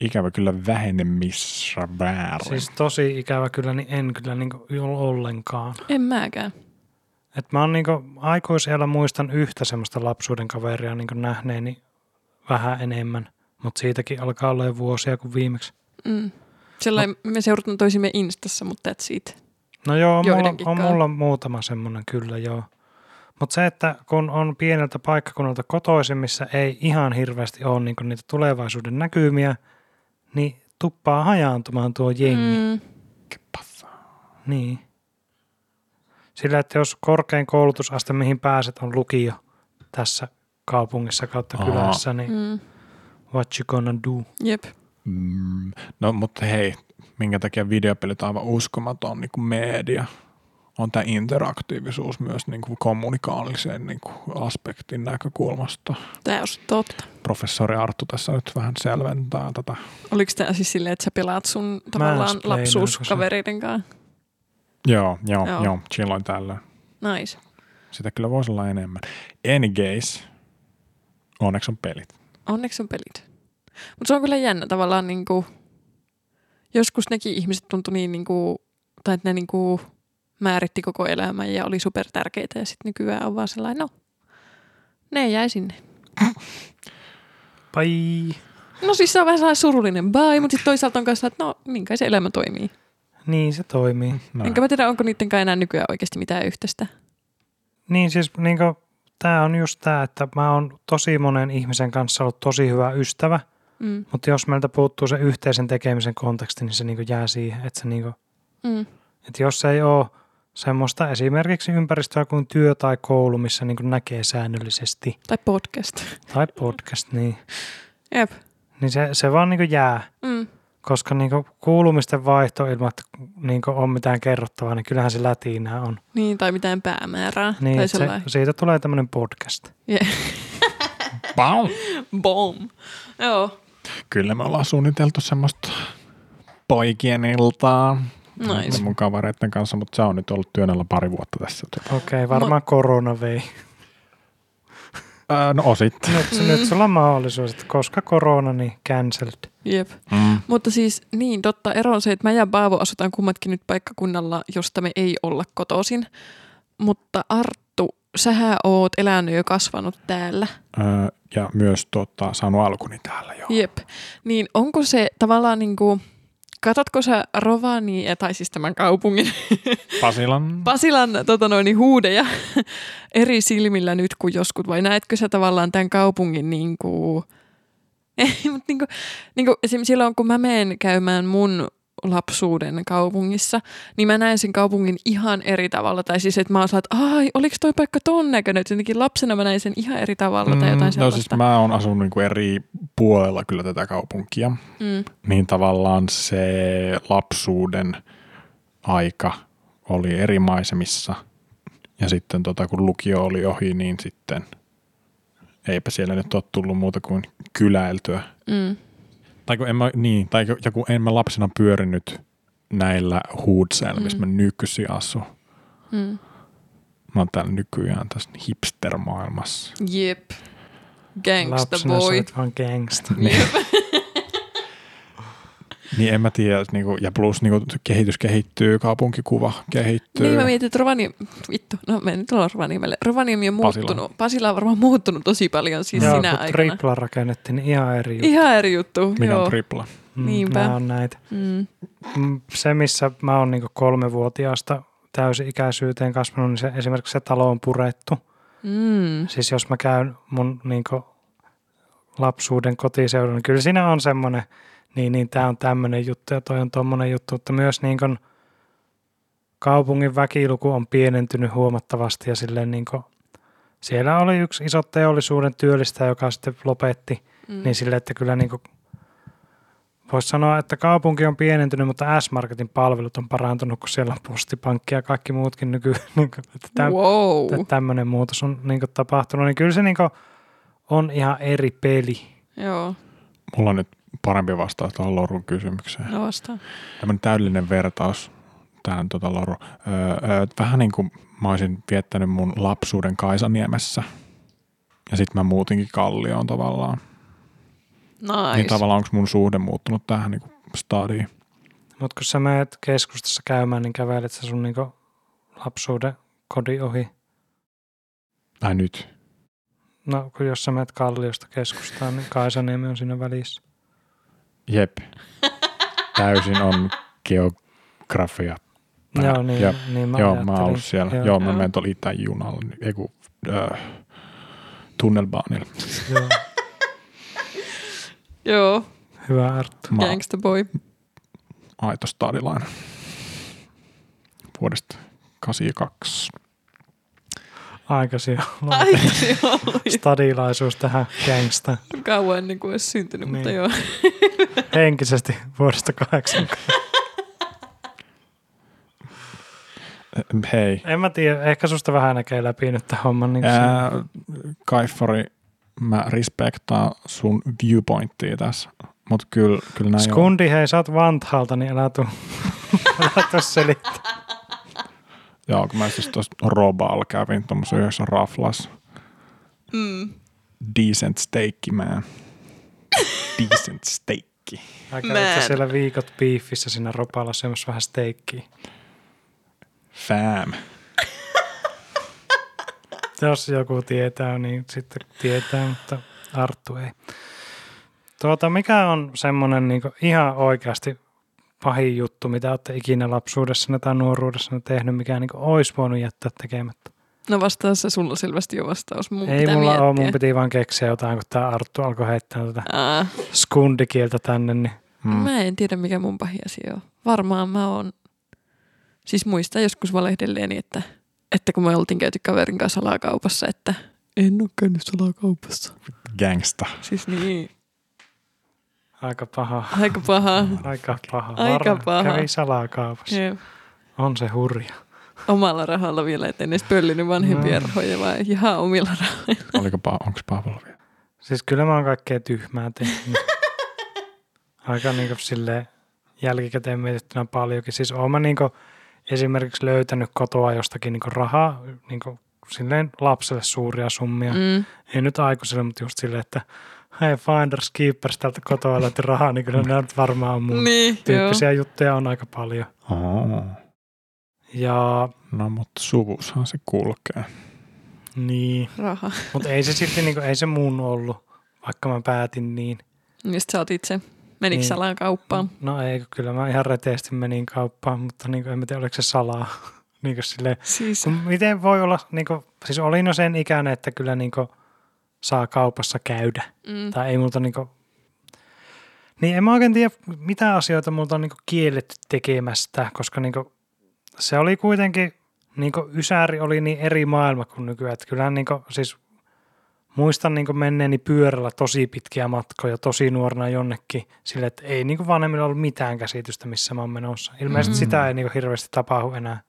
S1: Ikävä kyllä vähenemissä väärin.
S3: Siis tosi ikävä kyllä, niin en kyllä niin ollenkaan.
S2: En mäkään.
S3: Et mä oon niin aikuisella muistan yhtä semmoista lapsuuden kaveria niin nähneeni vähän enemmän, mutta siitäkin alkaa olla jo vuosia kuin viimeksi.
S2: Mm. Sellainen, me seurataan toisimme Instassa, mutta that's it.
S3: No joo, on mulla,
S2: Joidenkin
S3: on
S2: kanssa.
S3: mulla muutama semmoinen kyllä joo. Mutta se, että kun on pieneltä paikkakunnalta kotoisin, missä ei ihan hirveästi ole niin niitä tulevaisuuden näkymiä, niin tuppaa hajaantumaan tuo jengi. Mm.
S2: Mm.
S3: Niin. Sillä, että jos korkein koulutusaste, mihin pääset, on lukio tässä kaupungissa kautta
S1: Aa.
S3: kylässä, niin
S2: Mm.
S3: what you gonna do?
S2: Jep.
S1: Mm, no mutta hei, minkä takia videopelit on aivan uskomaton niin kuin media. On tämä interaktiivisuus myös niin kuin kommunikaalisen niin kuin aspektin näkökulmasta.
S2: Tämä on totta.
S1: Professori Arttu tässä nyt vähän selventää tätä.
S2: Oliko tämä siis silleen, että sä pelaat sun tavallaan
S3: Mansplainaako se?
S2: lapsuuskavereiden kanssa?
S1: Joo, joo,
S2: Joo.
S1: joo, joo silloin tällöin.
S2: Nice.
S1: Sitä kyllä voisi olla enemmän. Anygays, onneksi on pelit.
S2: Onneksi on pelit. Mutta se on kyllä jännä tavallaan niinku, joskus nekin ihmiset tuntui niin niinku, tai että ne niinku määritti koko elämän ja oli super tärkeitä ja sitten nykyään on vaan sellainen, no, ne jäi sinne.
S3: Pai.
S2: No siis se on vähän sellainen surullinen bye, mutta sitten toisaalta on kanssa, että no niin kai se elämä toimii.
S3: Niin se toimii.
S1: No,
S2: Enkä mä tiedä, onko niiden kanssa enää nykyään oikeasti mitään yhteistä.
S3: Niin siis niin tämä on just tämä, että mä oon tosi monen ihmisen kanssa ollut tosi hyvä ystävä,
S2: Mm,
S3: mutta jos meiltä puuttuu se yhteisen tekemisen konteksti, niin se niin jää siihen, että, se niin
S2: mm,
S3: että jos ei ole semmoista esimerkiksi ympäristöä kuin työ tai koulu, missä niin näkee säännöllisesti,
S2: tai podcast.
S3: tai podcast, niin,
S2: Jep.
S3: niin se, se vaan niin jää.
S2: Mm,
S3: Koska niin kuulumisten vaihto ilman, että niin on mitään kerrottavaa, niin kyllähän se lätinää on.
S2: niin, tai mitään päämäärää.
S3: Niin,
S2: tai
S3: että se,
S2: sellainen.
S3: siitä tulee tämmöinen podcast.
S1: Pau!
S2: Bom. Joo.
S1: Kyllä me ollaan suunniteltu semmoista poikien iltaa.
S2: Nice.
S1: Mun kavereiden kanssa, mutta se on nyt ollut työn alla pari vuotta tässä. Tota,
S3: Okei, okay, varmaan korona vei.
S1: Öö, no osittain.
S3: Nyt, mm. nyt sulla on mahdollisuus, että koska korona, niin cancelled.
S2: Jep.
S1: Mm.
S2: Mutta siis niin, totta. Ero on se, että mä ja Paavo asutaan kummatkin nyt paikkakunnalla, josta me ei olla kotoisin. Mutta Arttu, sähän oot elänyt ja kasvanut täällä.
S1: Öö, ja myös tota, saanut alkuni täällä jo.
S2: Jep. Niin onko se tavallaan niin kuin, katotko sä Rovani, tai siis tämän kaupungin,
S1: Pasilan.
S2: Pasilan tota noin, huudeja eri silmillä nyt kuin joskus, vai näetkö sä tavallaan tämän kaupungin niin kuin... Ei, mutta niin kuin, niin kuin esim. silloin kun mä menen käymään mun lapsuuden kaupungissa, niin mä näen sen kaupungin ihan eri tavalla. Tai siis, että mä oon sellainen, että ai, oliko toi paikka ton näköinen? Että Jotenkin lapsena mä näin sen ihan eri tavalla tai jotain
S1: no
S2: sellaista.
S1: siis mä oon asunut niinku eri puolella kyllä tätä kaupunkia.
S2: mm,
S1: Niin tavallaan se lapsuuden aika oli eri maisemissa. Ja sitten tota, kun lukio oli ohi, niin sitten eipä siellä nyt ole tullut muuta kuin kyläiltyä.
S2: mm,
S1: Tai kun en mä, niin, tai kun- ja kun en mä lapsena pyörinyt näillä huudseilla, missä
S2: Mm.
S1: mä nykyisin asun.
S2: mm.
S1: Mä oon täällä nykyään tässä hipster-maailmassa.
S2: Jep. Gangsta
S3: Lapsena sä
S2: boy. Siis
S3: olit vaan gangsta.
S1: Niin en mä tiedä, että niinku, ja plus niinku, kehitys kehittyy, kaupunkikuva kehittyy.
S2: Niin mä mietin, että Rovani, vittu, no me nyt ollaan Rovaniemelle. Rovaniemi on
S1: Pasila.
S2: muuttunut. Pasila, on varmaan muuttunut tosi paljon siis
S3: Joo,
S2: sinä
S3: kun
S2: aikana.
S3: tripla rakennettiin, niin ihan eri juttu.
S2: Ihan eri juttu,
S1: Mikä
S2: joo.
S1: on tripla?
S3: Mm,
S2: niinpä.
S3: Nämä on näitä.
S2: mm.
S3: Mm, Se, missä mä oon niin kolmevuotiaasta täysi-ikäisyyteen kasvanut, niin se, esimerkiksi se talo on purettu.
S2: Mm.
S3: Siis jos mä käyn mun niin lapsuuden kotiseudun, niin kyllä siinä on semmoinen, niin, niin tämä on tämmöinen juttu ja toi on tommonen juttu, mutta myös niin kuin kaupungin väkiluku on pienentynyt huomattavasti ja silleen niin kuin siellä oli yksi iso teollisuuden työllistäjä, joka sitten lopetti.
S2: Mm.
S3: Niin sille, että kyllä niin voisi sanoa, että kaupunki on pienentynyt, mutta S-Marketin palvelut on parantunut, kun siellä on postipankki ja kaikki muutkin nykyään. Niin kuin, että täm,
S2: wow.
S3: että tämmöinen muutos on niin kuin, tapahtunut. Niin kyllä se niin kuin, on ihan eri peli.
S2: Joo,
S1: Mulla on nyt parempi vastaus tuohon Lorun kysymykseen.
S2: no vastaan.
S1: Tämmöinen täydellinen vertaus tähän tota Loru. Öö, öö, vähän niin kuin mä olisin viettänyt mun lapsuuden Kaisaniemessä. Ja sitten mä muutinkin Kallioon tavallaan.
S2: Nice.
S1: Nice. Niin tavallaan onko mun suhde muuttunut tähän niin stadiin.
S3: Mutta kun sä menet keskustassa käymään, niin kävelet sä sun niin kuin, lapsuuden kodin ohi.
S1: Tai nyt.
S3: No, kun jos sä menet Kalliosta keskustaan, niin Kaisaniemi on siinä välissä.
S1: Jep. Täysin on geografia. Vähän.
S3: Joo, niin,
S1: Jep.
S3: niin mä
S1: Joo, mä
S3: ajattelin.
S1: oon ollut siellä. Joo,
S3: Joo,
S1: joo mä
S2: Joo.
S1: menen tuolla Itä-junalla, nyt, ei kun, öö, tunnelbaanilla.
S3: joo.
S2: Joo,
S3: Hyvä Arttu.
S1: Mä oon
S2: gangsta boy.
S1: aito stadilainen vuodesta 82.
S3: Aikaisia
S2: Ai, se oli
S3: stadilaisuus tähän gangsta.
S2: kauan ennen kuin olisi syntynyt, niin. mutta
S3: Niin.
S2: joo.
S3: Henkisesti vuodesta kahdeksan.
S1: Eh, Hei,
S3: En mä tiedä, ehkä susta vähän näkee läpi nyt tämän homman. Niin Ää...
S1: Ää, Kaifari, mä respektaan sun viewpointtia tässä, mutta kyllä, kyllä näin on.
S3: Skundi, hei, sä oot Vanthalta, niin älä tuu. älä tuu selittää.
S1: Joo, kun mä siis tuossa Robal kävin tuommoisen yhdessä raflas.
S2: Mm.
S1: Decent steakki, man. Decent steakki.
S3: Mä kävin
S2: Man.
S3: siellä viikot biifissä siinä ropalla syömässä vähän steikkiä.
S1: Fam.
S3: Jos joku tietää, niin sitten tietää, mutta Arttu ei. Tuota, mikä on semmoinen niin ihan oikeasti pahin juttu, mitä olette ikinä lapsuudessanne tai nuoruudessanne tehnyt, mikä niin olisi voinut jättää tekemättä?
S2: No vastaa se sulla selvästi jo vastaus. Mun
S3: ei
S2: pitää
S3: mulla
S2: miettiä.
S3: ole, mun piti vaan keksiä jotain, kun tämä Arttu alkoi heittää tätä
S2: Aa,
S3: skundikieltä tänne, niin
S2: mm.
S1: Mm.
S2: Mä en tiedä, mikä mun pahin asia on. Varmaan mä oon... Siis muistan joskus valehdelleeni, että, että kun me oltiin käyty kaverin kanssa salakaupassa, että en ole käynyt salakaupassa.
S1: Gangsta.
S2: Siis niin,
S3: aika paha.
S2: aika paha.
S3: Aika paha.
S2: Aika
S3: Varma.
S2: paha.
S3: Kävi salakaupassa.
S2: Jep.
S3: On se hurja.
S2: Omalla rahalla vielä, etten edes pöllinyt vanhempien
S3: No.
S2: rahoja, vaan ihan omilla rahoilla.
S1: Oliko pa- onko Paavolla vielä?
S3: Siis kyllä mä oon kaikkea tyhmää tehnyt. Aika niinku silleen jälkikäteen mietittynä paljonkin. Siis oon mä niinku esimerkiksi löytänyt kotoa jostakin niinku rahaa, niinku silleen lapselle suuria summia. Mm.
S2: Mm.
S3: Ei nyt aikuiselle, mutta just silleen, että hei Finders Keepers täältä kotoa löytyi rahaa, niin kyllä nämä nyt varmaan on mun. Niin,
S2: Niin, joo.
S3: Tyyppisiä joo. juttuja on aika paljon.
S1: Oh.
S3: Ja
S1: No, mutta suvussahan se kulkee.
S3: niin,
S2: Raha.
S3: mutta ei se silti, niinku, ei se mun ollut, vaikka mä päätin niin.
S2: Niin sit sä oot itse. Menikö
S3: Niin.
S2: niin. salaan kauppaan?
S3: No ei, kun kyllä mä ihan reteesti menin kauppaan, mutta niin kuin, en mä tiedä, oliko se salaa. niin kuin silleen,
S2: Siis,
S3: kun miten voi olla, niin kuin, siis olin jo sen ikäinen, että kyllä niin kuin, saa kaupassa käydä.
S2: mm.
S3: Tai ei multa niin kuin, niin en mä oikein tiedä, mitä asioita multa on niin kuin, kielletty tekemästä, koska niin kuin, se oli kuitenkin, niin kuin, Ysäri oli niin eri maailma kuin nykyään. Että kyllähän niin kuin, siis muistan niin kuin menneeni pyörällä tosi pitkiä matkoja tosi nuorena jonnekin sille, että ei niin kuin vanhemmilla ollut mitään käsitystä, missä mä oon menossa. Ilmeisesti
S1: Mm.
S3: sitä ei niin kuin hirveästi tapahdu enää.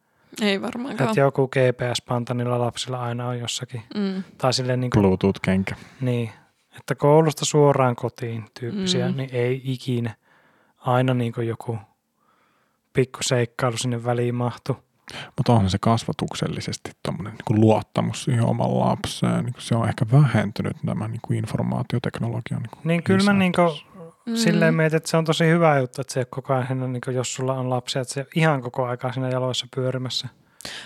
S2: ei varmaankaan.
S3: Että joku GPS-panta niillä lapsilla aina on jossakin.
S2: Mm.
S3: Tai silleen niin kuin,
S1: Bluetooth-kenkä.
S3: niin, että koulusta suoraan kotiin tyyppisiä, mm.
S2: Mm.
S3: niin ei ikinä. Aina niin kuin joku pikku seikkailu sinne väliin mahtu.
S1: Mutta onhan se kasvatuksellisesti tommonen, niin kuin luottamus siihen oman lapseen. Niin kuin se on ehkä vähentynyt nämä niin kuin informaatioteknologian. Niin kuin
S3: Niin kyllä mä
S1: lisääntyessä.
S3: niin kuin,
S2: Mm.
S3: silleen mietin, että se on tosi hyvä juttu, että se ei ole koko ajan, niin kuin, jos sulla on lapsia, että se ei ole ihan koko aikaa siinä jaloissa pyörimässä.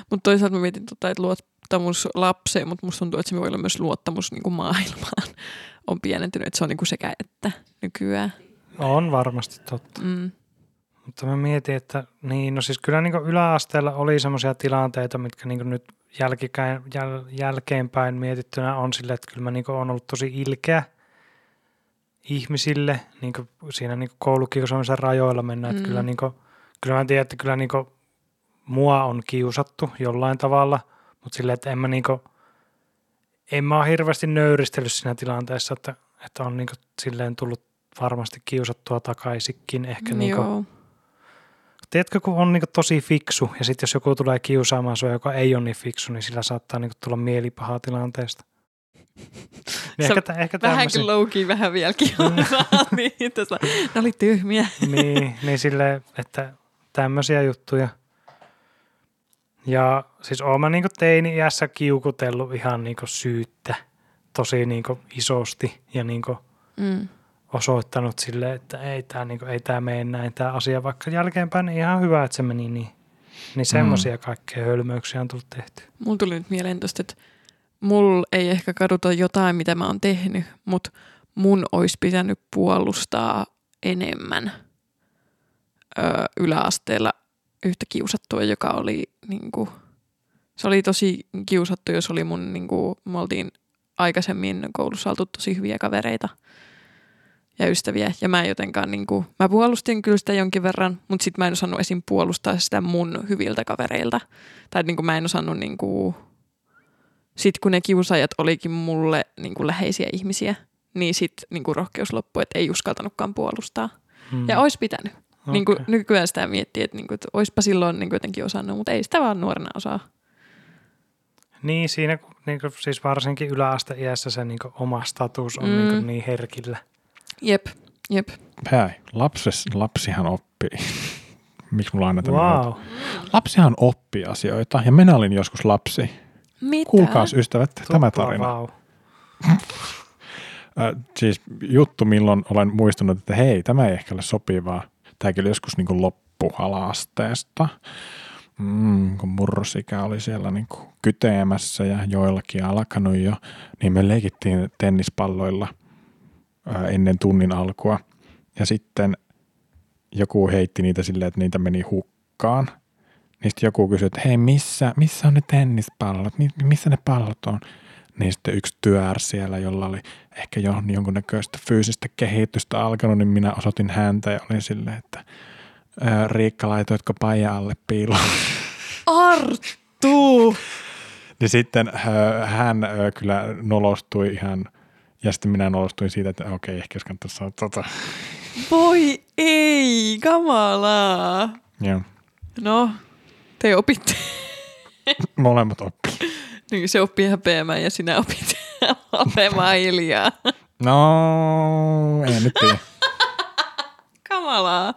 S2: Mutta toisaalta mä mietin, tota, että luottamus lapseen, mutta musta tuntuu, että se voi olla myös luottamus niin kuin maailmaan on pienentynyt. Että se on niin kuin sekä että nykyään.
S3: On varmasti totta.
S2: Mm.
S3: Mutta mä mietin, että niin, no siis kyllä niin yläasteella oli semmoisia tilanteita, mitkä niin nyt jälkikäin, jäl, jälkeenpäin mietittynä on sille, että kyllä mä niin olen ollut tosi ilkeä ihmisille niin siinä niin koulukiusaamisen rajoilla mennään.
S2: Mm.
S3: Mm. Että kyllä, niin kuin, kyllä mä tiedän, että kyllä niin mua on kiusattu jollain tavalla, mutta silleen, että en mä niin niinku, en mä ole hirveästi nöyristellyt siinä tilanteessa, että, että on niin kuin silleen tullut varmasti kiusattua takaisikin. Ehkä niin kuin,
S2: Joo.
S3: tiedätkö, kun on niin kuin tosi fiksu ja sitten jos joku tulee kiusaamaan sua, joka ei ole niin fiksu, niin sillä saattaa niin kuin tulla mielipahaa tilanteesta.
S2: Sä
S3: Niin ehkä, tä- ehkä
S2: Vähän
S3: tämmöisiä. Mm.
S2: kyllä loukiin, vähän vieläkin on. niin, tässä, ne oli tyhmiä.
S3: niin, niin silleen, että tämmöisiä juttuja. Ja siis oon mä niinku teini-iässä kiukutellut ihan niinku syyttä tosi niinku isosti ja niinku
S2: Mm.
S3: osoittanut sille, että ei tämä niinku, ei tää mene näin tämä asia, vaikka jälkeenpäin niin ihan hyvä, että se meni niin. Niin
S2: Mm.
S3: semmoisia kaikkea hölmöyksiä on tullut tehty.
S2: Mulla tuli nyt mieleen tosta, että mulla ei ehkä kaduta jotain, mitä mä oon tehnyt, mutta mun olisi pitänyt puolustaa enemmän öö, yläasteella yhtä kiusattua, joka oli niinku, se oli tosi kiusattu, jos oli mun, niinku, me oltiin aikaisemmin koulussa oltu tosi hyviä kavereita ja ystäviä, ja mä en jotenkaan, niinku, mä puolustin kyllä sitä jonkin verran, mutta sitten mä en osannut esim. puolustaa sitä mun hyviltä kavereilta, tai niin kuin mä en osannut niin kuin, sit kun ne kiusaajat olikin mulle niin kuin läheisiä ihmisiä, niin sitten niin kuin rohkeus loppui, että ei uskaltanutkaan puolustaa. Mm.
S3: Mm.
S2: Ja olisi pitänyt. Okay. Niin kuin
S3: Okei.
S2: nykyään sitä miettii, että, niin kuin, että oispa silloin niin kuin jotenkin osannut, mutta ei sitä vaan nuorena osaa.
S3: Niin siinä, kun, niinku, siis varsinkin yläasteiässä se niinku, oma status on mm. niinku,
S2: Mm.
S3: niin herkillä.
S2: Jep, jep.
S1: Päi. Lapses, lapsihan oppii. Miksi mulla aina tämä
S3: Wow.
S1: Lapsihan oppii asioita, ja minä olin joskus lapsi.
S2: Mitä?
S1: Kuulkaas ystävät, tämä
S3: Tupla
S1: tarina.
S3: vau.
S1: Ö, siis juttu, milloin olen muistunut, että hei, tämä ei ehkä ole sopivaa. Tämä kyllä joskus niin kuin loppu ala-asteesta, mm, kun murrosikä oli siellä niin kuin kyteemässä ja joillakin alkanut jo, niin me leikittiin tennispalloilla ö, ennen tunnin alkua. Ja sitten joku heitti niitä silleen, että niitä meni hukkaan. Niin sitten joku kysyi, että hei, missä, missä on ne tennispallot? Mi- Missä ne pallot on? Niin sitten yksi työr siellä, jolla oli ehkä jo jonkunnäköistä fyysistä kehitystä alkanut, niin minä osoitin häntä ja olin silleen, että "Ö, Riikka laitoitko paja alle piiloon?
S2: Arttu!
S1: Niin sitten ö, hän ö, kyllä nolostui ihan, ja sitten minä nolostuin siitä, että okei, ehkä jos kannattaisi sanoa tota.
S2: Voi ei, kamalaa.
S1: Joo,
S2: No, te opitte.
S1: molemmat oppi.
S2: Niin se oppii häpeämään ja sinä opit olemaan hiljaa.
S1: No, ei nyt tiedä.
S2: Kamalaa.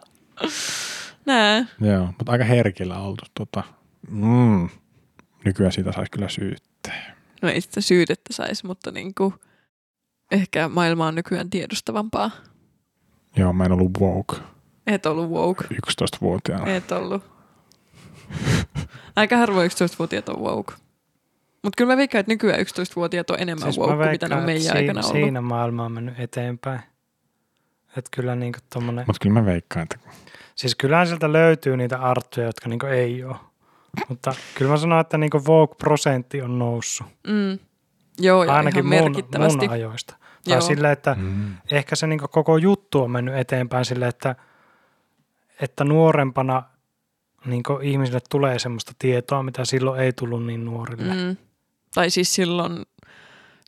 S2: Nää.
S1: Joo, mutta aika herkillä oltu. Tota. Mm. Nykyään siitä saisi kyllä syyttää.
S2: No ei sitä syytettä saisi, mutta niin kuin, ehkä maailma on nykyään tiedostavampaa.
S1: Joo, mä en ollut woke
S2: Et ollut woke.
S1: 11-vuotiaana.
S2: Et ollut. Aika harvoin 11-vuotiaat on woke. Mutta kyllä mä veikkaan, että nykyään 11-vuotiaat on enemmän siis
S3: mä
S2: woke kuin mitä ne on
S3: veikkaan,
S2: meidän
S3: että
S2: aikana
S3: siinä,
S2: ollut. Siinä.
S3: Siinä maailma on mennyt eteenpäin. Että kyllä niinku tommonen,
S1: Mutta kyllä mä veikkaan, että
S3: siis kyllähän sieltä löytyy niitä arttuja, jotka niinku ei ole. Mutta kyllä mä sanon, että niinku Vogue-prosentti on noussut.
S2: Mm. Joo, ja
S3: Ainakin
S2: ihan
S3: mun,
S2: merkittävästi.
S3: mun ajoista. Tai
S2: Joo.
S3: sille, että
S1: Mm.
S3: ehkä se niinku koko juttu on mennyt eteenpäin sille, että, että nuorempana niinku ihmisille tulee semmoista tietoa, mitä silloin ei tullut niin nuorille.
S2: Mm. Tai siis silloin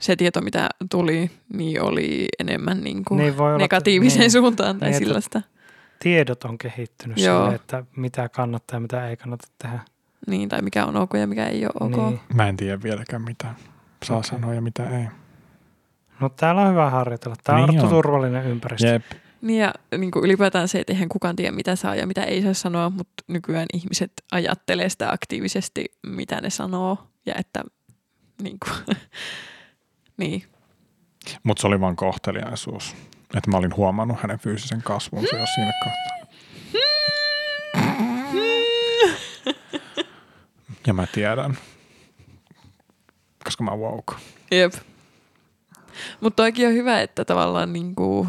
S2: se tieto, mitä tuli, niin oli enemmän niin kuin
S3: Niin voi olla, että-
S2: negatiiviseen
S3: niin.
S2: suuntaan tai
S3: Niin, että-
S2: sellaista.
S3: Tiedot on kehittynyt
S2: Joo.
S3: sille, että mitä kannattaa ja mitä ei kannata tehdä.
S2: Niin, tai mikä on ok ja mikä ei ole ok.
S3: Niin.
S1: mä en tiedä vieläkään mitä saa
S3: Okei.
S1: okay. sanoa ja mitä ei.
S3: No täällä on hyvä harjoitella. Tämä on
S1: Niin
S3: niin
S1: on.
S3: turvallinen ympäristö.
S1: Jep.
S2: Niin ja niin kuin ylipäätään se, että eihän kukaan tiedä, mitä saa ja mitä ei saa sanoa, mutta nykyään ihmiset ajattelee sitä aktiivisesti, mitä ne sanoo ja että niin kuin, niin.
S1: Mutta se oli vaan kohteliaisuus. Että mä olin huomannut hänen fyysisen kasvunsa jo siinä kohtaa. Ja mä tiedän, koska mä woke.
S2: Jep. Mutta toikin on hyvä, että tavallaan niin kuin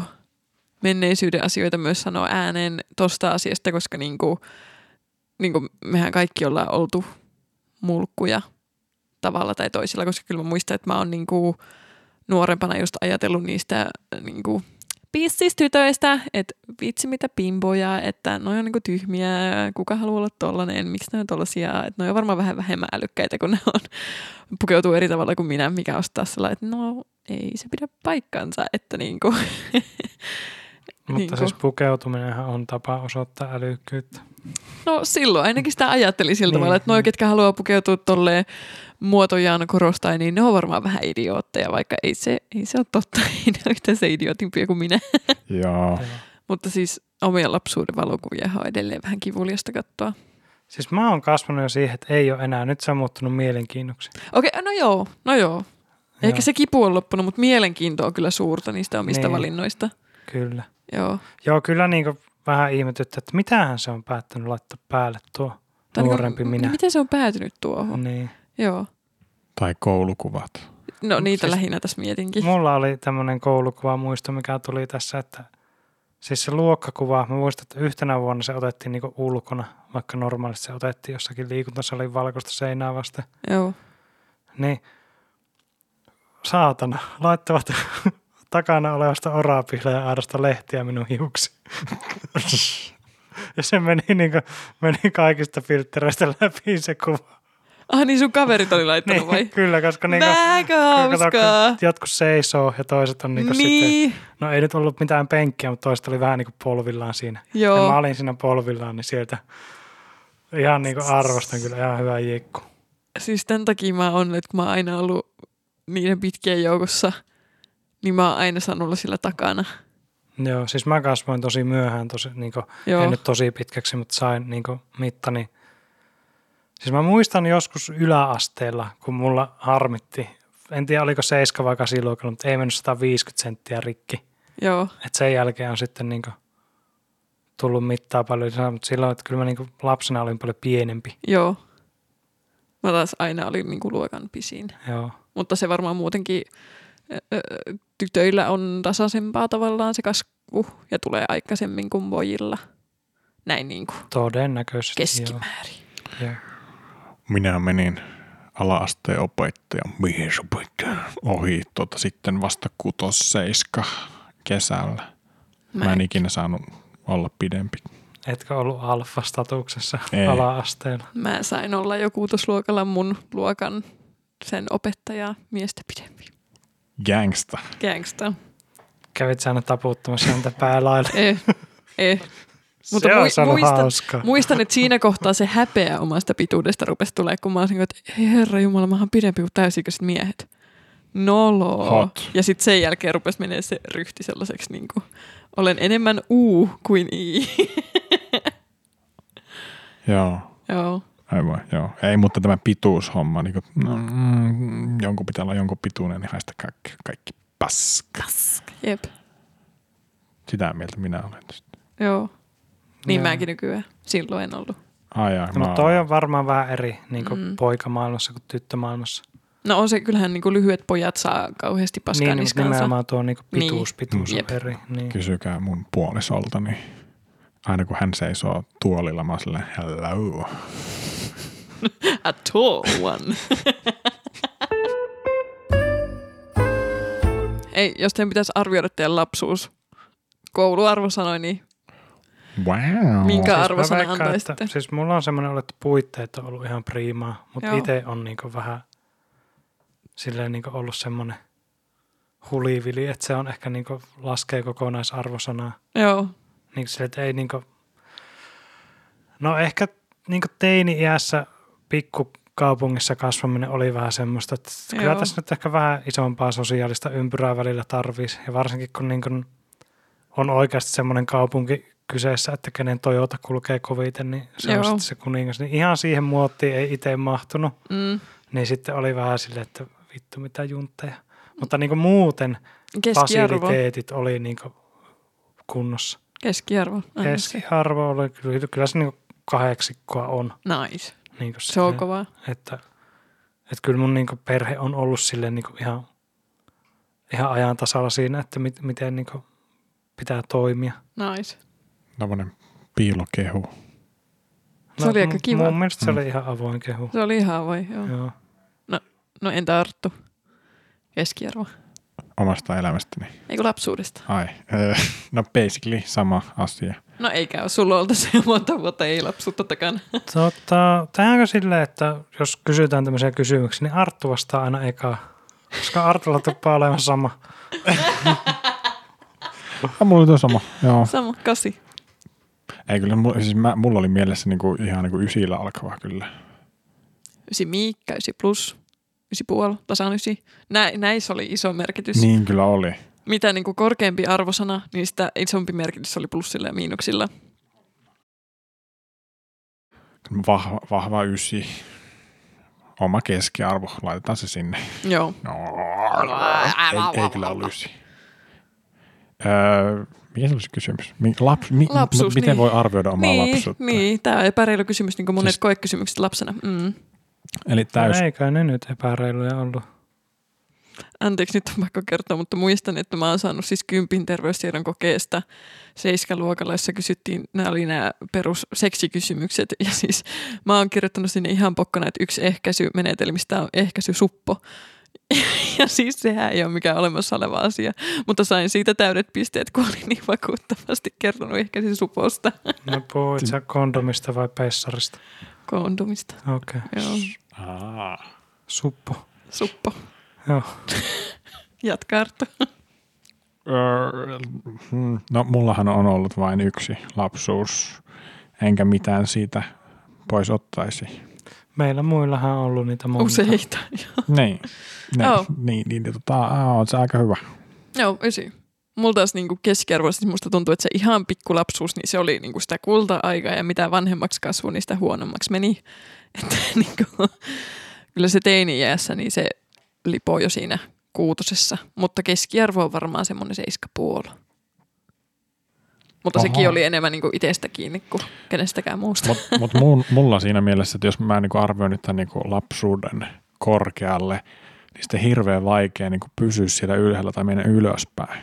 S2: menneisyyden asioita myös sanoo ääneen tosta asiasta, koska niin kuin, niin kuin mehän kaikki ollaan oltu mulkkuja tavalla tai niinku toisella, koska kyllä mä muistan, että mä oon niin kuin nuorempana just ajatellut niistä niin kuin pissis tytöistä, että vitsi mitä pimboja, että noi on niinku tyhmiä, kuka haluaa olla tollanen, miksi ne on tollasia, että noi on varmaan vähän vähemmän älykkäitä, kun ne on, pukeutuu eri tavalla kuin minä, mikä on taas sellainen, että no ei se pidä paikkansa, että niinku,
S3: Mutta
S2: Niin kuin-
S3: siis pukeutuminenhan on tapa osoittaa älykkyyttä.
S2: no silloin ainakin sitä ajatteli sillä
S3: Niin,
S2: tavalla, että noi,
S3: niin.
S2: ketkä haluaa pukeutua tolleen muotojaan korostaa, niin ne on varmaan vähän idiootteja, vaikka ei se, ei se ole totta, ei ne ole yhtään se idiotimpia kuin minä.
S1: Joo.
S3: Joo.
S2: Mutta siis omia lapsuuden valokuvia on edelleen vähän kivuliasta katsoa.
S3: Siis mä oon kasvanut jo siihen, että ei ole enää. Nyt se on muuttunut mielenkiinnoksi.
S2: Okei, no joo, no joo. Ehkä
S3: Joo,
S2: se kipu on loppunut, mutta mielenkiinto on kyllä suurta niistä omista
S3: Niin.
S2: valinnoista.
S3: Kyllä.
S2: Joo.
S3: Joo, kyllä niin vähän ihmetyttää, että mitähän se on päättänyt laittaa päälle tuo
S2: Tai niinku,
S3: nuorempi
S2: m-
S3: minä.
S2: Miten se on päätynyt tuohon?
S3: Niin.
S2: Joo.
S1: Tai koulukuvat.
S2: No niitä
S3: Siis-
S2: lähinnä tässä mietinkin.
S3: Mulla oli tämmöinen koulukuva muisto, mikä tuli tässä, että siis se luokkakuva, mä muistan, että yhtenä vuonna se otettiin niinku ulkona, vaikka normaalisti se otettiin jossakin liikuntasalin valkoista seinää vasten.
S2: Joo.
S3: Niin, saatana, laittavat takana olevasta orapihleä aidasta lehtiä minun hiuksi. ja se meni, niinku, meni kaikista filttereistä läpi se kuva.
S2: Ah niin sun kaverit oli laittanut
S3: Niin.
S2: vai?
S3: kyllä, koska niinku,
S2: Vähänkö
S3: kun kato, kun
S2: hauskaa?
S3: jotkut seisoo ja toiset on niinku sitten
S2: Niin.
S3: No ei nyt ollut mitään penkkiä, mutta toista oli vähän niin kuin polvillaan siinä. Joo. Ja mä
S2: Joo.
S3: olin siinä polvillaan, niin sieltä ihan niin kuin arvostan kyllä, ihan hyvä jikku.
S2: Siis tämän takia mä oon, että kun mä oon aina ollut niiden pitkien joukossa, niin mä oon aina saanut olla sillä takana.
S3: Joo, siis mä kasvoin tosi myöhään, tosi, niin kuin,
S2: Joo.
S3: ei nyt tosi pitkäksi, mutta sain niin kuin, mittani. Siis mä muistan joskus yläasteella, kun mulla harmitti, en tiedä oliko 7 vai 8 luokalla, mutta ei mennyt 150 senttiä rikki.
S2: Joo.
S3: Et sen jälkeen on sitten niin kuin, tullut mittaa paljon lisää, mutta silloin, että kyllä mä niin kuin, lapsena olin paljon pienempi.
S2: Joo. Mä taas aina olin niinku luokan pisin.
S3: Joo.
S2: Mutta se varmaan muutenkin ö, ö, tytöillä on tasaisempaa tavallaan se kasvu ja tulee aikaisemmin kuin pojilla. Näin niin kuin
S3: Todennäköisesti. Joo.
S2: keskimäärin.
S3: Joo.
S1: Minä menin ala-asteen opettajan, mies opettaja, ohi tuota, sitten vasta kutos seiska kesällä. Mä en ikinä saanut olla pidempi.
S3: Etkö ollut alfa-statuksessa
S1: Ei.
S3: ala-asteella?
S2: Mä sain olla jo kuutosluokalla mun luokan sen opettajaa miestä pidempi.
S1: Gangsta.
S2: Gangsta.
S3: Kävit sä aina taputtamassa häntä päälailla?
S2: Eh, eh. Mutta
S3: Se on
S2: mui-
S3: saanut
S2: muistan-
S3: hauskaa.
S2: Muistan, että siinä kohtaa se häpeä omasta pituudesta rupesi tulemaan, kun mä olisin, että ei herra jumala, mä oon pidempi kuin täysikäiset miehet. Nolo.
S1: Hot.
S2: Ja sitten sen jälkeen rupesi menee se ryhti sellaiseksi, niin kuin, olen enemmän U kuin I.
S1: Joo.
S2: Joo.
S1: Aivan, joo. Ei, mutta tämä pituushomma, niin kuin, no, mm, jonkun pitää olla jonkun pituinen, niin haista kaikki, kaikki paska.
S2: Jep.
S1: Sitä mieltä minä olen.
S2: Joo. Niin
S3: Joo.
S2: mäkin nykyään. Silloin en ollut.
S1: Ai, ai,
S3: No,
S1: mä
S3: mutta toi
S1: oon-
S3: on varmaan vähän eri niin kuin
S2: Mm.
S3: mm. poikamaailmassa kuin tyttömaailmassa.
S2: No on se, kyllähän niin kuin lyhyet pojat saa kauheasti paskaa
S3: Niin,
S2: niin,
S3: mutta
S2: niskaansa.
S3: nimenomaan tuo niin kuin
S2: Niin.
S3: pituus, pituus
S2: Jep.
S3: on eri. Niin.
S1: Kysykää mun puolisolta, niin aina kun hän seisoo tuolilla, mä oon silleen, hello.
S2: A tall one. Ei, jos teidän pitäisi arvioida teidän lapsuus kouluarvosanoin, niin
S1: Wow.
S2: Minkä-
S3: Siis mä
S2: arvosana
S3: veikkaan,
S2: antaisitte?
S3: että- Siis mulla on semmoinen olo, että puitteet on ollut ihan priimaa, mutta
S2: Joo.
S3: itse on niin kuin vähän silleen niin kuin ollut semmoinen hulivili, että se on ehkä niin kuin laskee kokonaisarvosanaa.
S2: joo,
S3: Niin sille, että ei niinku, no ehkä niinku teini-iässä pikkukaupungissa kasvaminen oli vähän semmoista, että Joo. kyllä
S2: Joo.
S3: tässä nyt ehkä vähän isompaa sosiaalista ympyrää välillä tarvisi. Ja varsinkin kun niinku on oikeasti semmoinen kaupunki kyseessä, että kenen Toyota kulkee koviten, niin se Joo.
S2: Joo.
S3: on sitten se kuningas. Niin ihan siihen muottiin ei itse mahtunut.
S2: mm,
S3: Niin sitten oli vähän silleen, että vittu mitä juntteja. Mutta niinku muuten
S2: keskiarvo.
S3: fasiliteetit oli niinku kunnossa.
S2: Keskiarvo. Aina niin se.
S3: Keskiarvo oli, kyllä, kyllä se niinku kahdeksikkoa on.
S2: Nice.
S3: Niinku
S2: Se on
S3: silleen,
S2: kovaa.
S3: Että, että kyllä mun niinku perhe on ollut silleen niinku ihan, ihan ajan tasalla siinä, että mit, miten niinku pitää toimia.
S2: Nice.
S1: Tämmönen piilokehu.
S2: Se oli aika
S3: No, mun-
S2: kiva.
S3: Mun mielestä se
S1: Mm.
S3: oli ihan avoin kehu.
S2: Se oli ihan voi, joo.
S3: Joo.
S2: No entä Arttu? Keskiarvo.
S1: omasta elämästäni? Niin,
S2: Eikö lapsuudesta?
S1: Ai, öö, no basically sama asia.
S2: No eikä ole. Sulla on oltu se monta vuotta ei lapsuutta takana.
S3: Tota, tehdäänkö silleen, että jos kysytään tämmöisiä kysymyksiä, niin Arttu vastaa aina ekaa. Koska Artulla tuppaa olemaan sama.
S1: Ja mulla oli toi sama, joo.
S2: Sama, kasi.
S1: Ei kyllä, mulla, siis mä, mulla oli mielessä niinku, ihan niinku ysillä alkava kyllä.
S2: Ysi miikka, ysi plus, ysi puoli, tasan ysi. Nä, näissä oli iso merkitys.
S1: Niin kyllä oli.
S2: Mitä niin kuin korkeampi arvosana, niin sitä isompi merkitys oli plussilla ja miinuksilla.
S1: Vahva, vahva ysi. Oma keskiarvo, laitetaan se sinne.
S2: Joo.
S1: No, ei, ei kyllä ollut ysi. Öö, mikä se olisi kysymys? Mi, laps, mi,
S2: Lapsuus,
S1: miten
S2: niin.
S1: voi arvioida omaa
S2: niin,
S1: lapsuutta?
S2: niin, tämä on epäreilu kysymys, niin kuin monet
S1: Siis-
S2: koekysymykset lapsena. Mm.
S1: Eli täys,
S3: Eikä No, ne nyt epäreiluja ollut.
S2: Anteeksi, nyt on pakko kertoa, mutta muistan, että mä oon saanut siis kympin terveystiedon kokeesta seiskaluokalla, jossa kysyttiin, nämä oli nämä perus seksikysymykset, ja siis mä oon kirjoittanut sinne ihan pokkana, että yksi ehkäisymenetelmistä on ehkäisysuppo. Ja siis sehän ei ole mikään olemassa oleva asia, mutta sain siitä täydet pisteet, kun olin niin vakuuttavasti kertonut ehkäisysuposta
S3: No puhuit sä kondomista vai peissarista?
S2: kondomista.
S3: Okei. Okay.
S2: Joo,
S1: Aa,
S3: Suppo.
S2: suppo.
S3: Joo.
S2: Jatka Arto.
S1: Öö, hmm, No mullahan on ollut vain yksi lapsuus, enkä mitään siitä pois ottaisi.
S3: Meillä muillahan on ollut niitä monta.
S2: Useita.
S1: Niin, niin,
S2: Oh.
S1: niin, niin, niin tota, aa, on se aika hyvä.
S2: Joo, ysi. Mulla taas niinku keskiarvo, siis musta tuntuu, että se ihan pikkulapsuus, niin se oli niinku sitä kulta-aikaa ja mitä vanhemmaksi kasvoi, niin sitä huonommaksi meni. Että niinku, kyllä se teini-iässä, niin se lipoo jo siinä kuutosessa, mutta keskiarvo on varmaan semmoinen seiska puoli. Mutta
S1: Oho.
S2: sekin oli enemmän niinku itsestä kiinni kuin kenestäkään muusta.
S1: Mutta mut mun- mulla siinä mielessä, että jos mä niinku arvioin nyt tämän niinku lapsuuden korkealle, niin sitten hirveän vaikea niinku pysyä siellä ylhäällä tai mennä ylöspäin.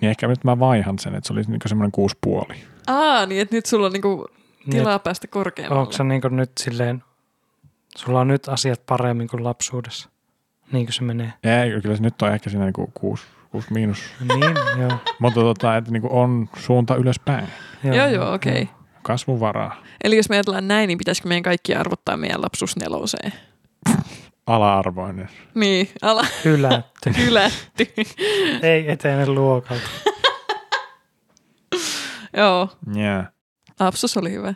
S1: Niin ehkä nyt mä vaihan sen, että se oli niinku semmoinen kuusi puoli.
S2: Aa, niin että nyt sulla on niinku
S3: Niin,
S2: tilaa päästä korkeammalle.
S3: onko sä niin nyt silleen, sulla on nyt asiat paremmin kuin lapsuudessa? Niinkö se menee?
S1: Ei, kyllä se nyt on ehkä siinä niinku kuusi, kuusi miinus.
S3: Niin, joo.
S1: Mutta tota, että niinku on suunta ylöspäin,
S3: niin?
S2: Joo, joo, okei. Okay.
S1: kasvuvaraa,
S2: Eli jos me ajatellaan näin, niin pitäisikö meidän kaikki arvottaa meidän lapsuus neloseen?
S1: ala-arvoinen.
S2: Niin, ala
S3: Hylätty.
S2: hylätty.
S3: Ei etene luokalta.
S2: Joo,
S1: Yeah.
S2: lapsuus oli hyvä.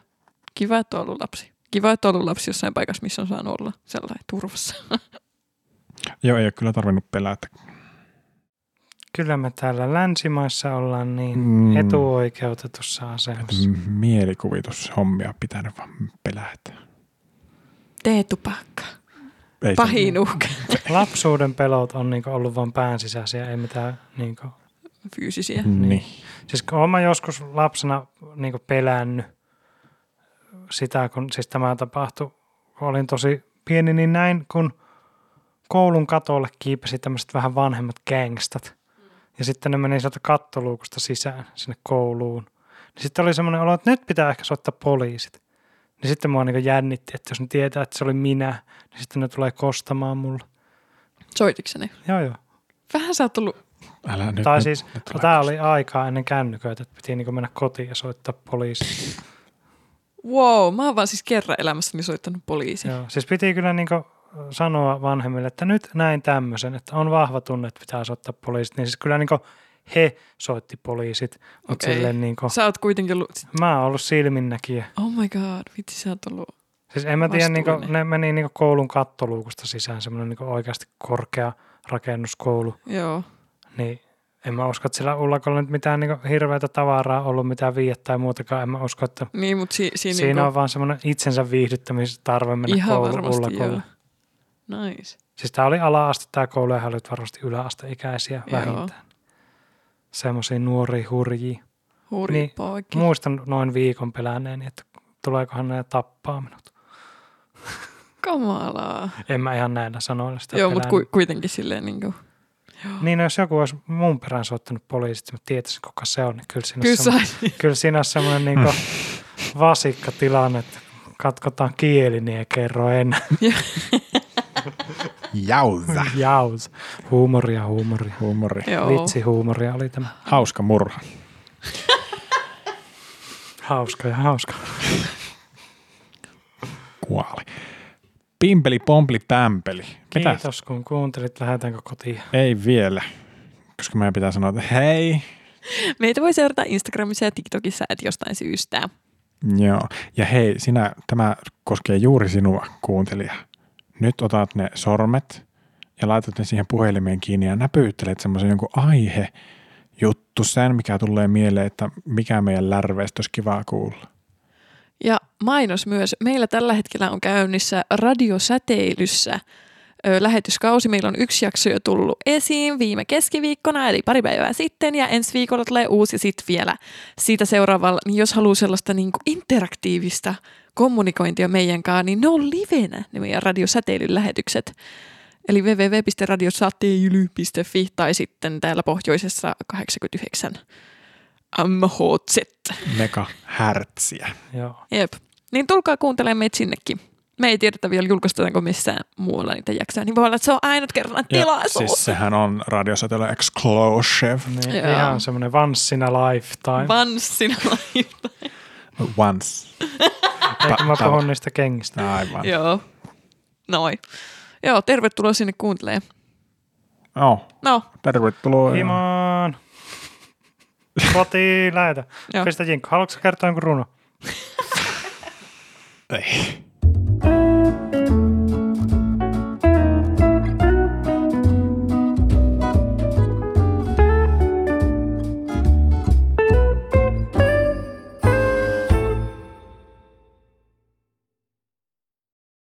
S2: Kiva, että on ollut lapsi. Kiva, että on ollut lapsi jossain paikassa, missä on saanut olla sellainen turvassa.
S1: Joo, ei ole kyllä tarvinnut pelätä.
S3: Kyllä me täällä länsimaissa ollaan niin
S1: Mm,
S3: etuoikeutetussa
S1: että
S3: asemassa.
S1: Mielikuvitushommia pitänyt vaan pelätä.
S2: Tee tupakka.
S1: Ei se-
S2: Pahin uhka.
S3: Lapsuuden pelot on niin ollut vain pään sisäisiä, ei mitään niin kuin,
S2: Fyysisiä.
S1: Niin.
S3: Siis kun olen mä joskus lapsena niin pelännyt sitä, kun siis tämä tapahtui, kun olin tosi pieni, niin näin, kun koulun katolle kiipesi tämmöiset vähän vanhemmat gangstat. Ja sitten ne meni sieltä kattoluukusta sisään sinne kouluun. Niin sitten oli semmoinen olo, että nyt pitää ehkä soittaa poliisit. Niin sitten mua niin jännitti, että jos ne tietää, että se oli minä, niin sitten ne tulee kostamaan mulla.
S2: Soititko sä ne?
S3: Joo, joo.
S2: Vähän sä oot ollut...
S1: Älä nyt.
S3: Tai
S1: nyt-
S3: siis,
S1: nyt
S3: no,
S1: tulee
S3: tämä
S1: kos-
S3: oli aikaa ennen kännyköitä, että piti niin mennä kotiin ja soittaa poliisiin.
S2: Wow, mä oon vaan siis kerran elämässäni soittanut poliisiin.
S3: Joo. Siis piti kyllä niin sanoa vanhemmille, että nyt näin tämmöisen, että on vahva tunne, että pitää soittaa poliisit. Niin siis kyllä niin he soitti poliisit, mutta
S2: Okei.
S3: silleen niin
S2: Sä oot kuitenkin ollut...
S3: mä oon ollut silminnäkijä.
S2: Oh my god, vitsi sä oot ollut...
S3: Siis en mä tiedä, niin
S2: Vastuullinen.
S3: ne meni niin koulun kattoluukusta sisään, semmoinen niin oikeasti korkea rakennuskoulu,
S2: Joo.
S3: niin en mä usko, että sillä ullakolla nyt mitään niin hirveätä tavaraa ollut, mitään viiettä tai muutakaan. En mä usko, että
S2: Niin, mutta si, si,
S3: Siinä on vaan semmoinen itsensä viihdyttämistarve mennä
S2: ihan
S3: koulu,
S2: varmasti joo.
S3: ullakolle.
S2: Nice.
S3: Siis tämä oli ala-aste, tämä koulu, ja hän olit varmasti yläasteikäisiä
S2: Joo.
S3: vähintään. Semmoisia nuoria hurjia.
S2: Hurri
S3: Niin,
S2: niin, poikki.
S3: Muistan noin viikon peläneen, että tuleekohan nämä tappaa minut.
S2: Kamalaa.
S3: En mä ihan näillä sanoilla sitä
S2: Joo, mutta
S3: pelännyt.
S2: ku, kuitenkin silleen niin kuin,
S3: Niin no, jos joku olisi mun perään soittanut poliisit, mä tietäisin kuka se on, niin kyllä siinä
S2: kyllä
S3: olisi
S2: sai.
S3: semmoinen, kyllä siinä olisi semmoinen niinku vasikka tilanne, että katkotaan kieli, niin ei kerro enää.
S1: Jauza.
S3: Jaus. Huumoria, huumoria.
S1: Huumori.
S2: Joo.
S3: Vitsi, huumoria oli tämä.
S1: Hauska murha.
S3: Hauska ja hauska.
S1: Kuoli. Pimpeli, pompli, tämpeli. Mitä?
S3: Kiitos kun kuuntelit. Lähdetäänkö kotiin?
S1: Ei vielä. Koska meidän pitää sanoa, että hei.
S2: Meitä voi seurata Instagramissa ja TikTokissa, että jostain syystä.
S1: Joo. Ja hei, sinä, tämä koskee juuri sinua, kuuntelija. Nyt otat ne sormet ja laitat ne siihen puhelimeen kiinni ja näpyyttelet semmoisen jonkun aihe juttu sen, mikä tulee mieleen, että mikä meidän lärveistä olisi kivaa kuulla.
S2: Ja mainos myös. Meillä tällä hetkellä on käynnissä radiosäteilyssä ö, lähetyskausi. Meillä on yksi jakso jo tullut esiin viime keskiviikkona, eli pari päivää sitten, ja ensi viikolla tulee uusi sitten vielä siitä seuraavalla. Niin jos haluaa sellaista niin kuin interaktiivista kommunikointia meidän kanssa, niin ne on livenä ne meidän radiosäteilyn lähetykset. Eli www.radiosateily.fi tai sitten täällä pohjoisessa 89 MHZ.
S1: Mega härtsiä.
S3: Joo.
S2: Jep. Niin tulkaa kuuntelemaan meitä sinnekin. Me ei tiedetä vielä julkaistetaanko missään muualla niitä jaksoja, niin voi olla, että se on ainut kerran
S1: Ja
S2: tilaisuus.
S1: Siis sehän on radiosäteily exclusive.
S3: Niin,
S2: Joo.
S3: ihan semmoinen once in a lifetime. Va-
S2: Vanssina laita.
S1: Once.
S3: Eikö mä
S1: pa-
S3: puhun niistä kengistä?
S1: Aivan.
S2: Joo. Noin. Joo, tervetuloa sinne kuuntelemaan.
S1: Joo.
S2: No,
S1: Tervetuloa.
S3: Himoon! Kotiin lähetä.
S2: joo.
S3: Pistä jinkku. Haluatko sä kertoa jonkun runo?
S1: Ei.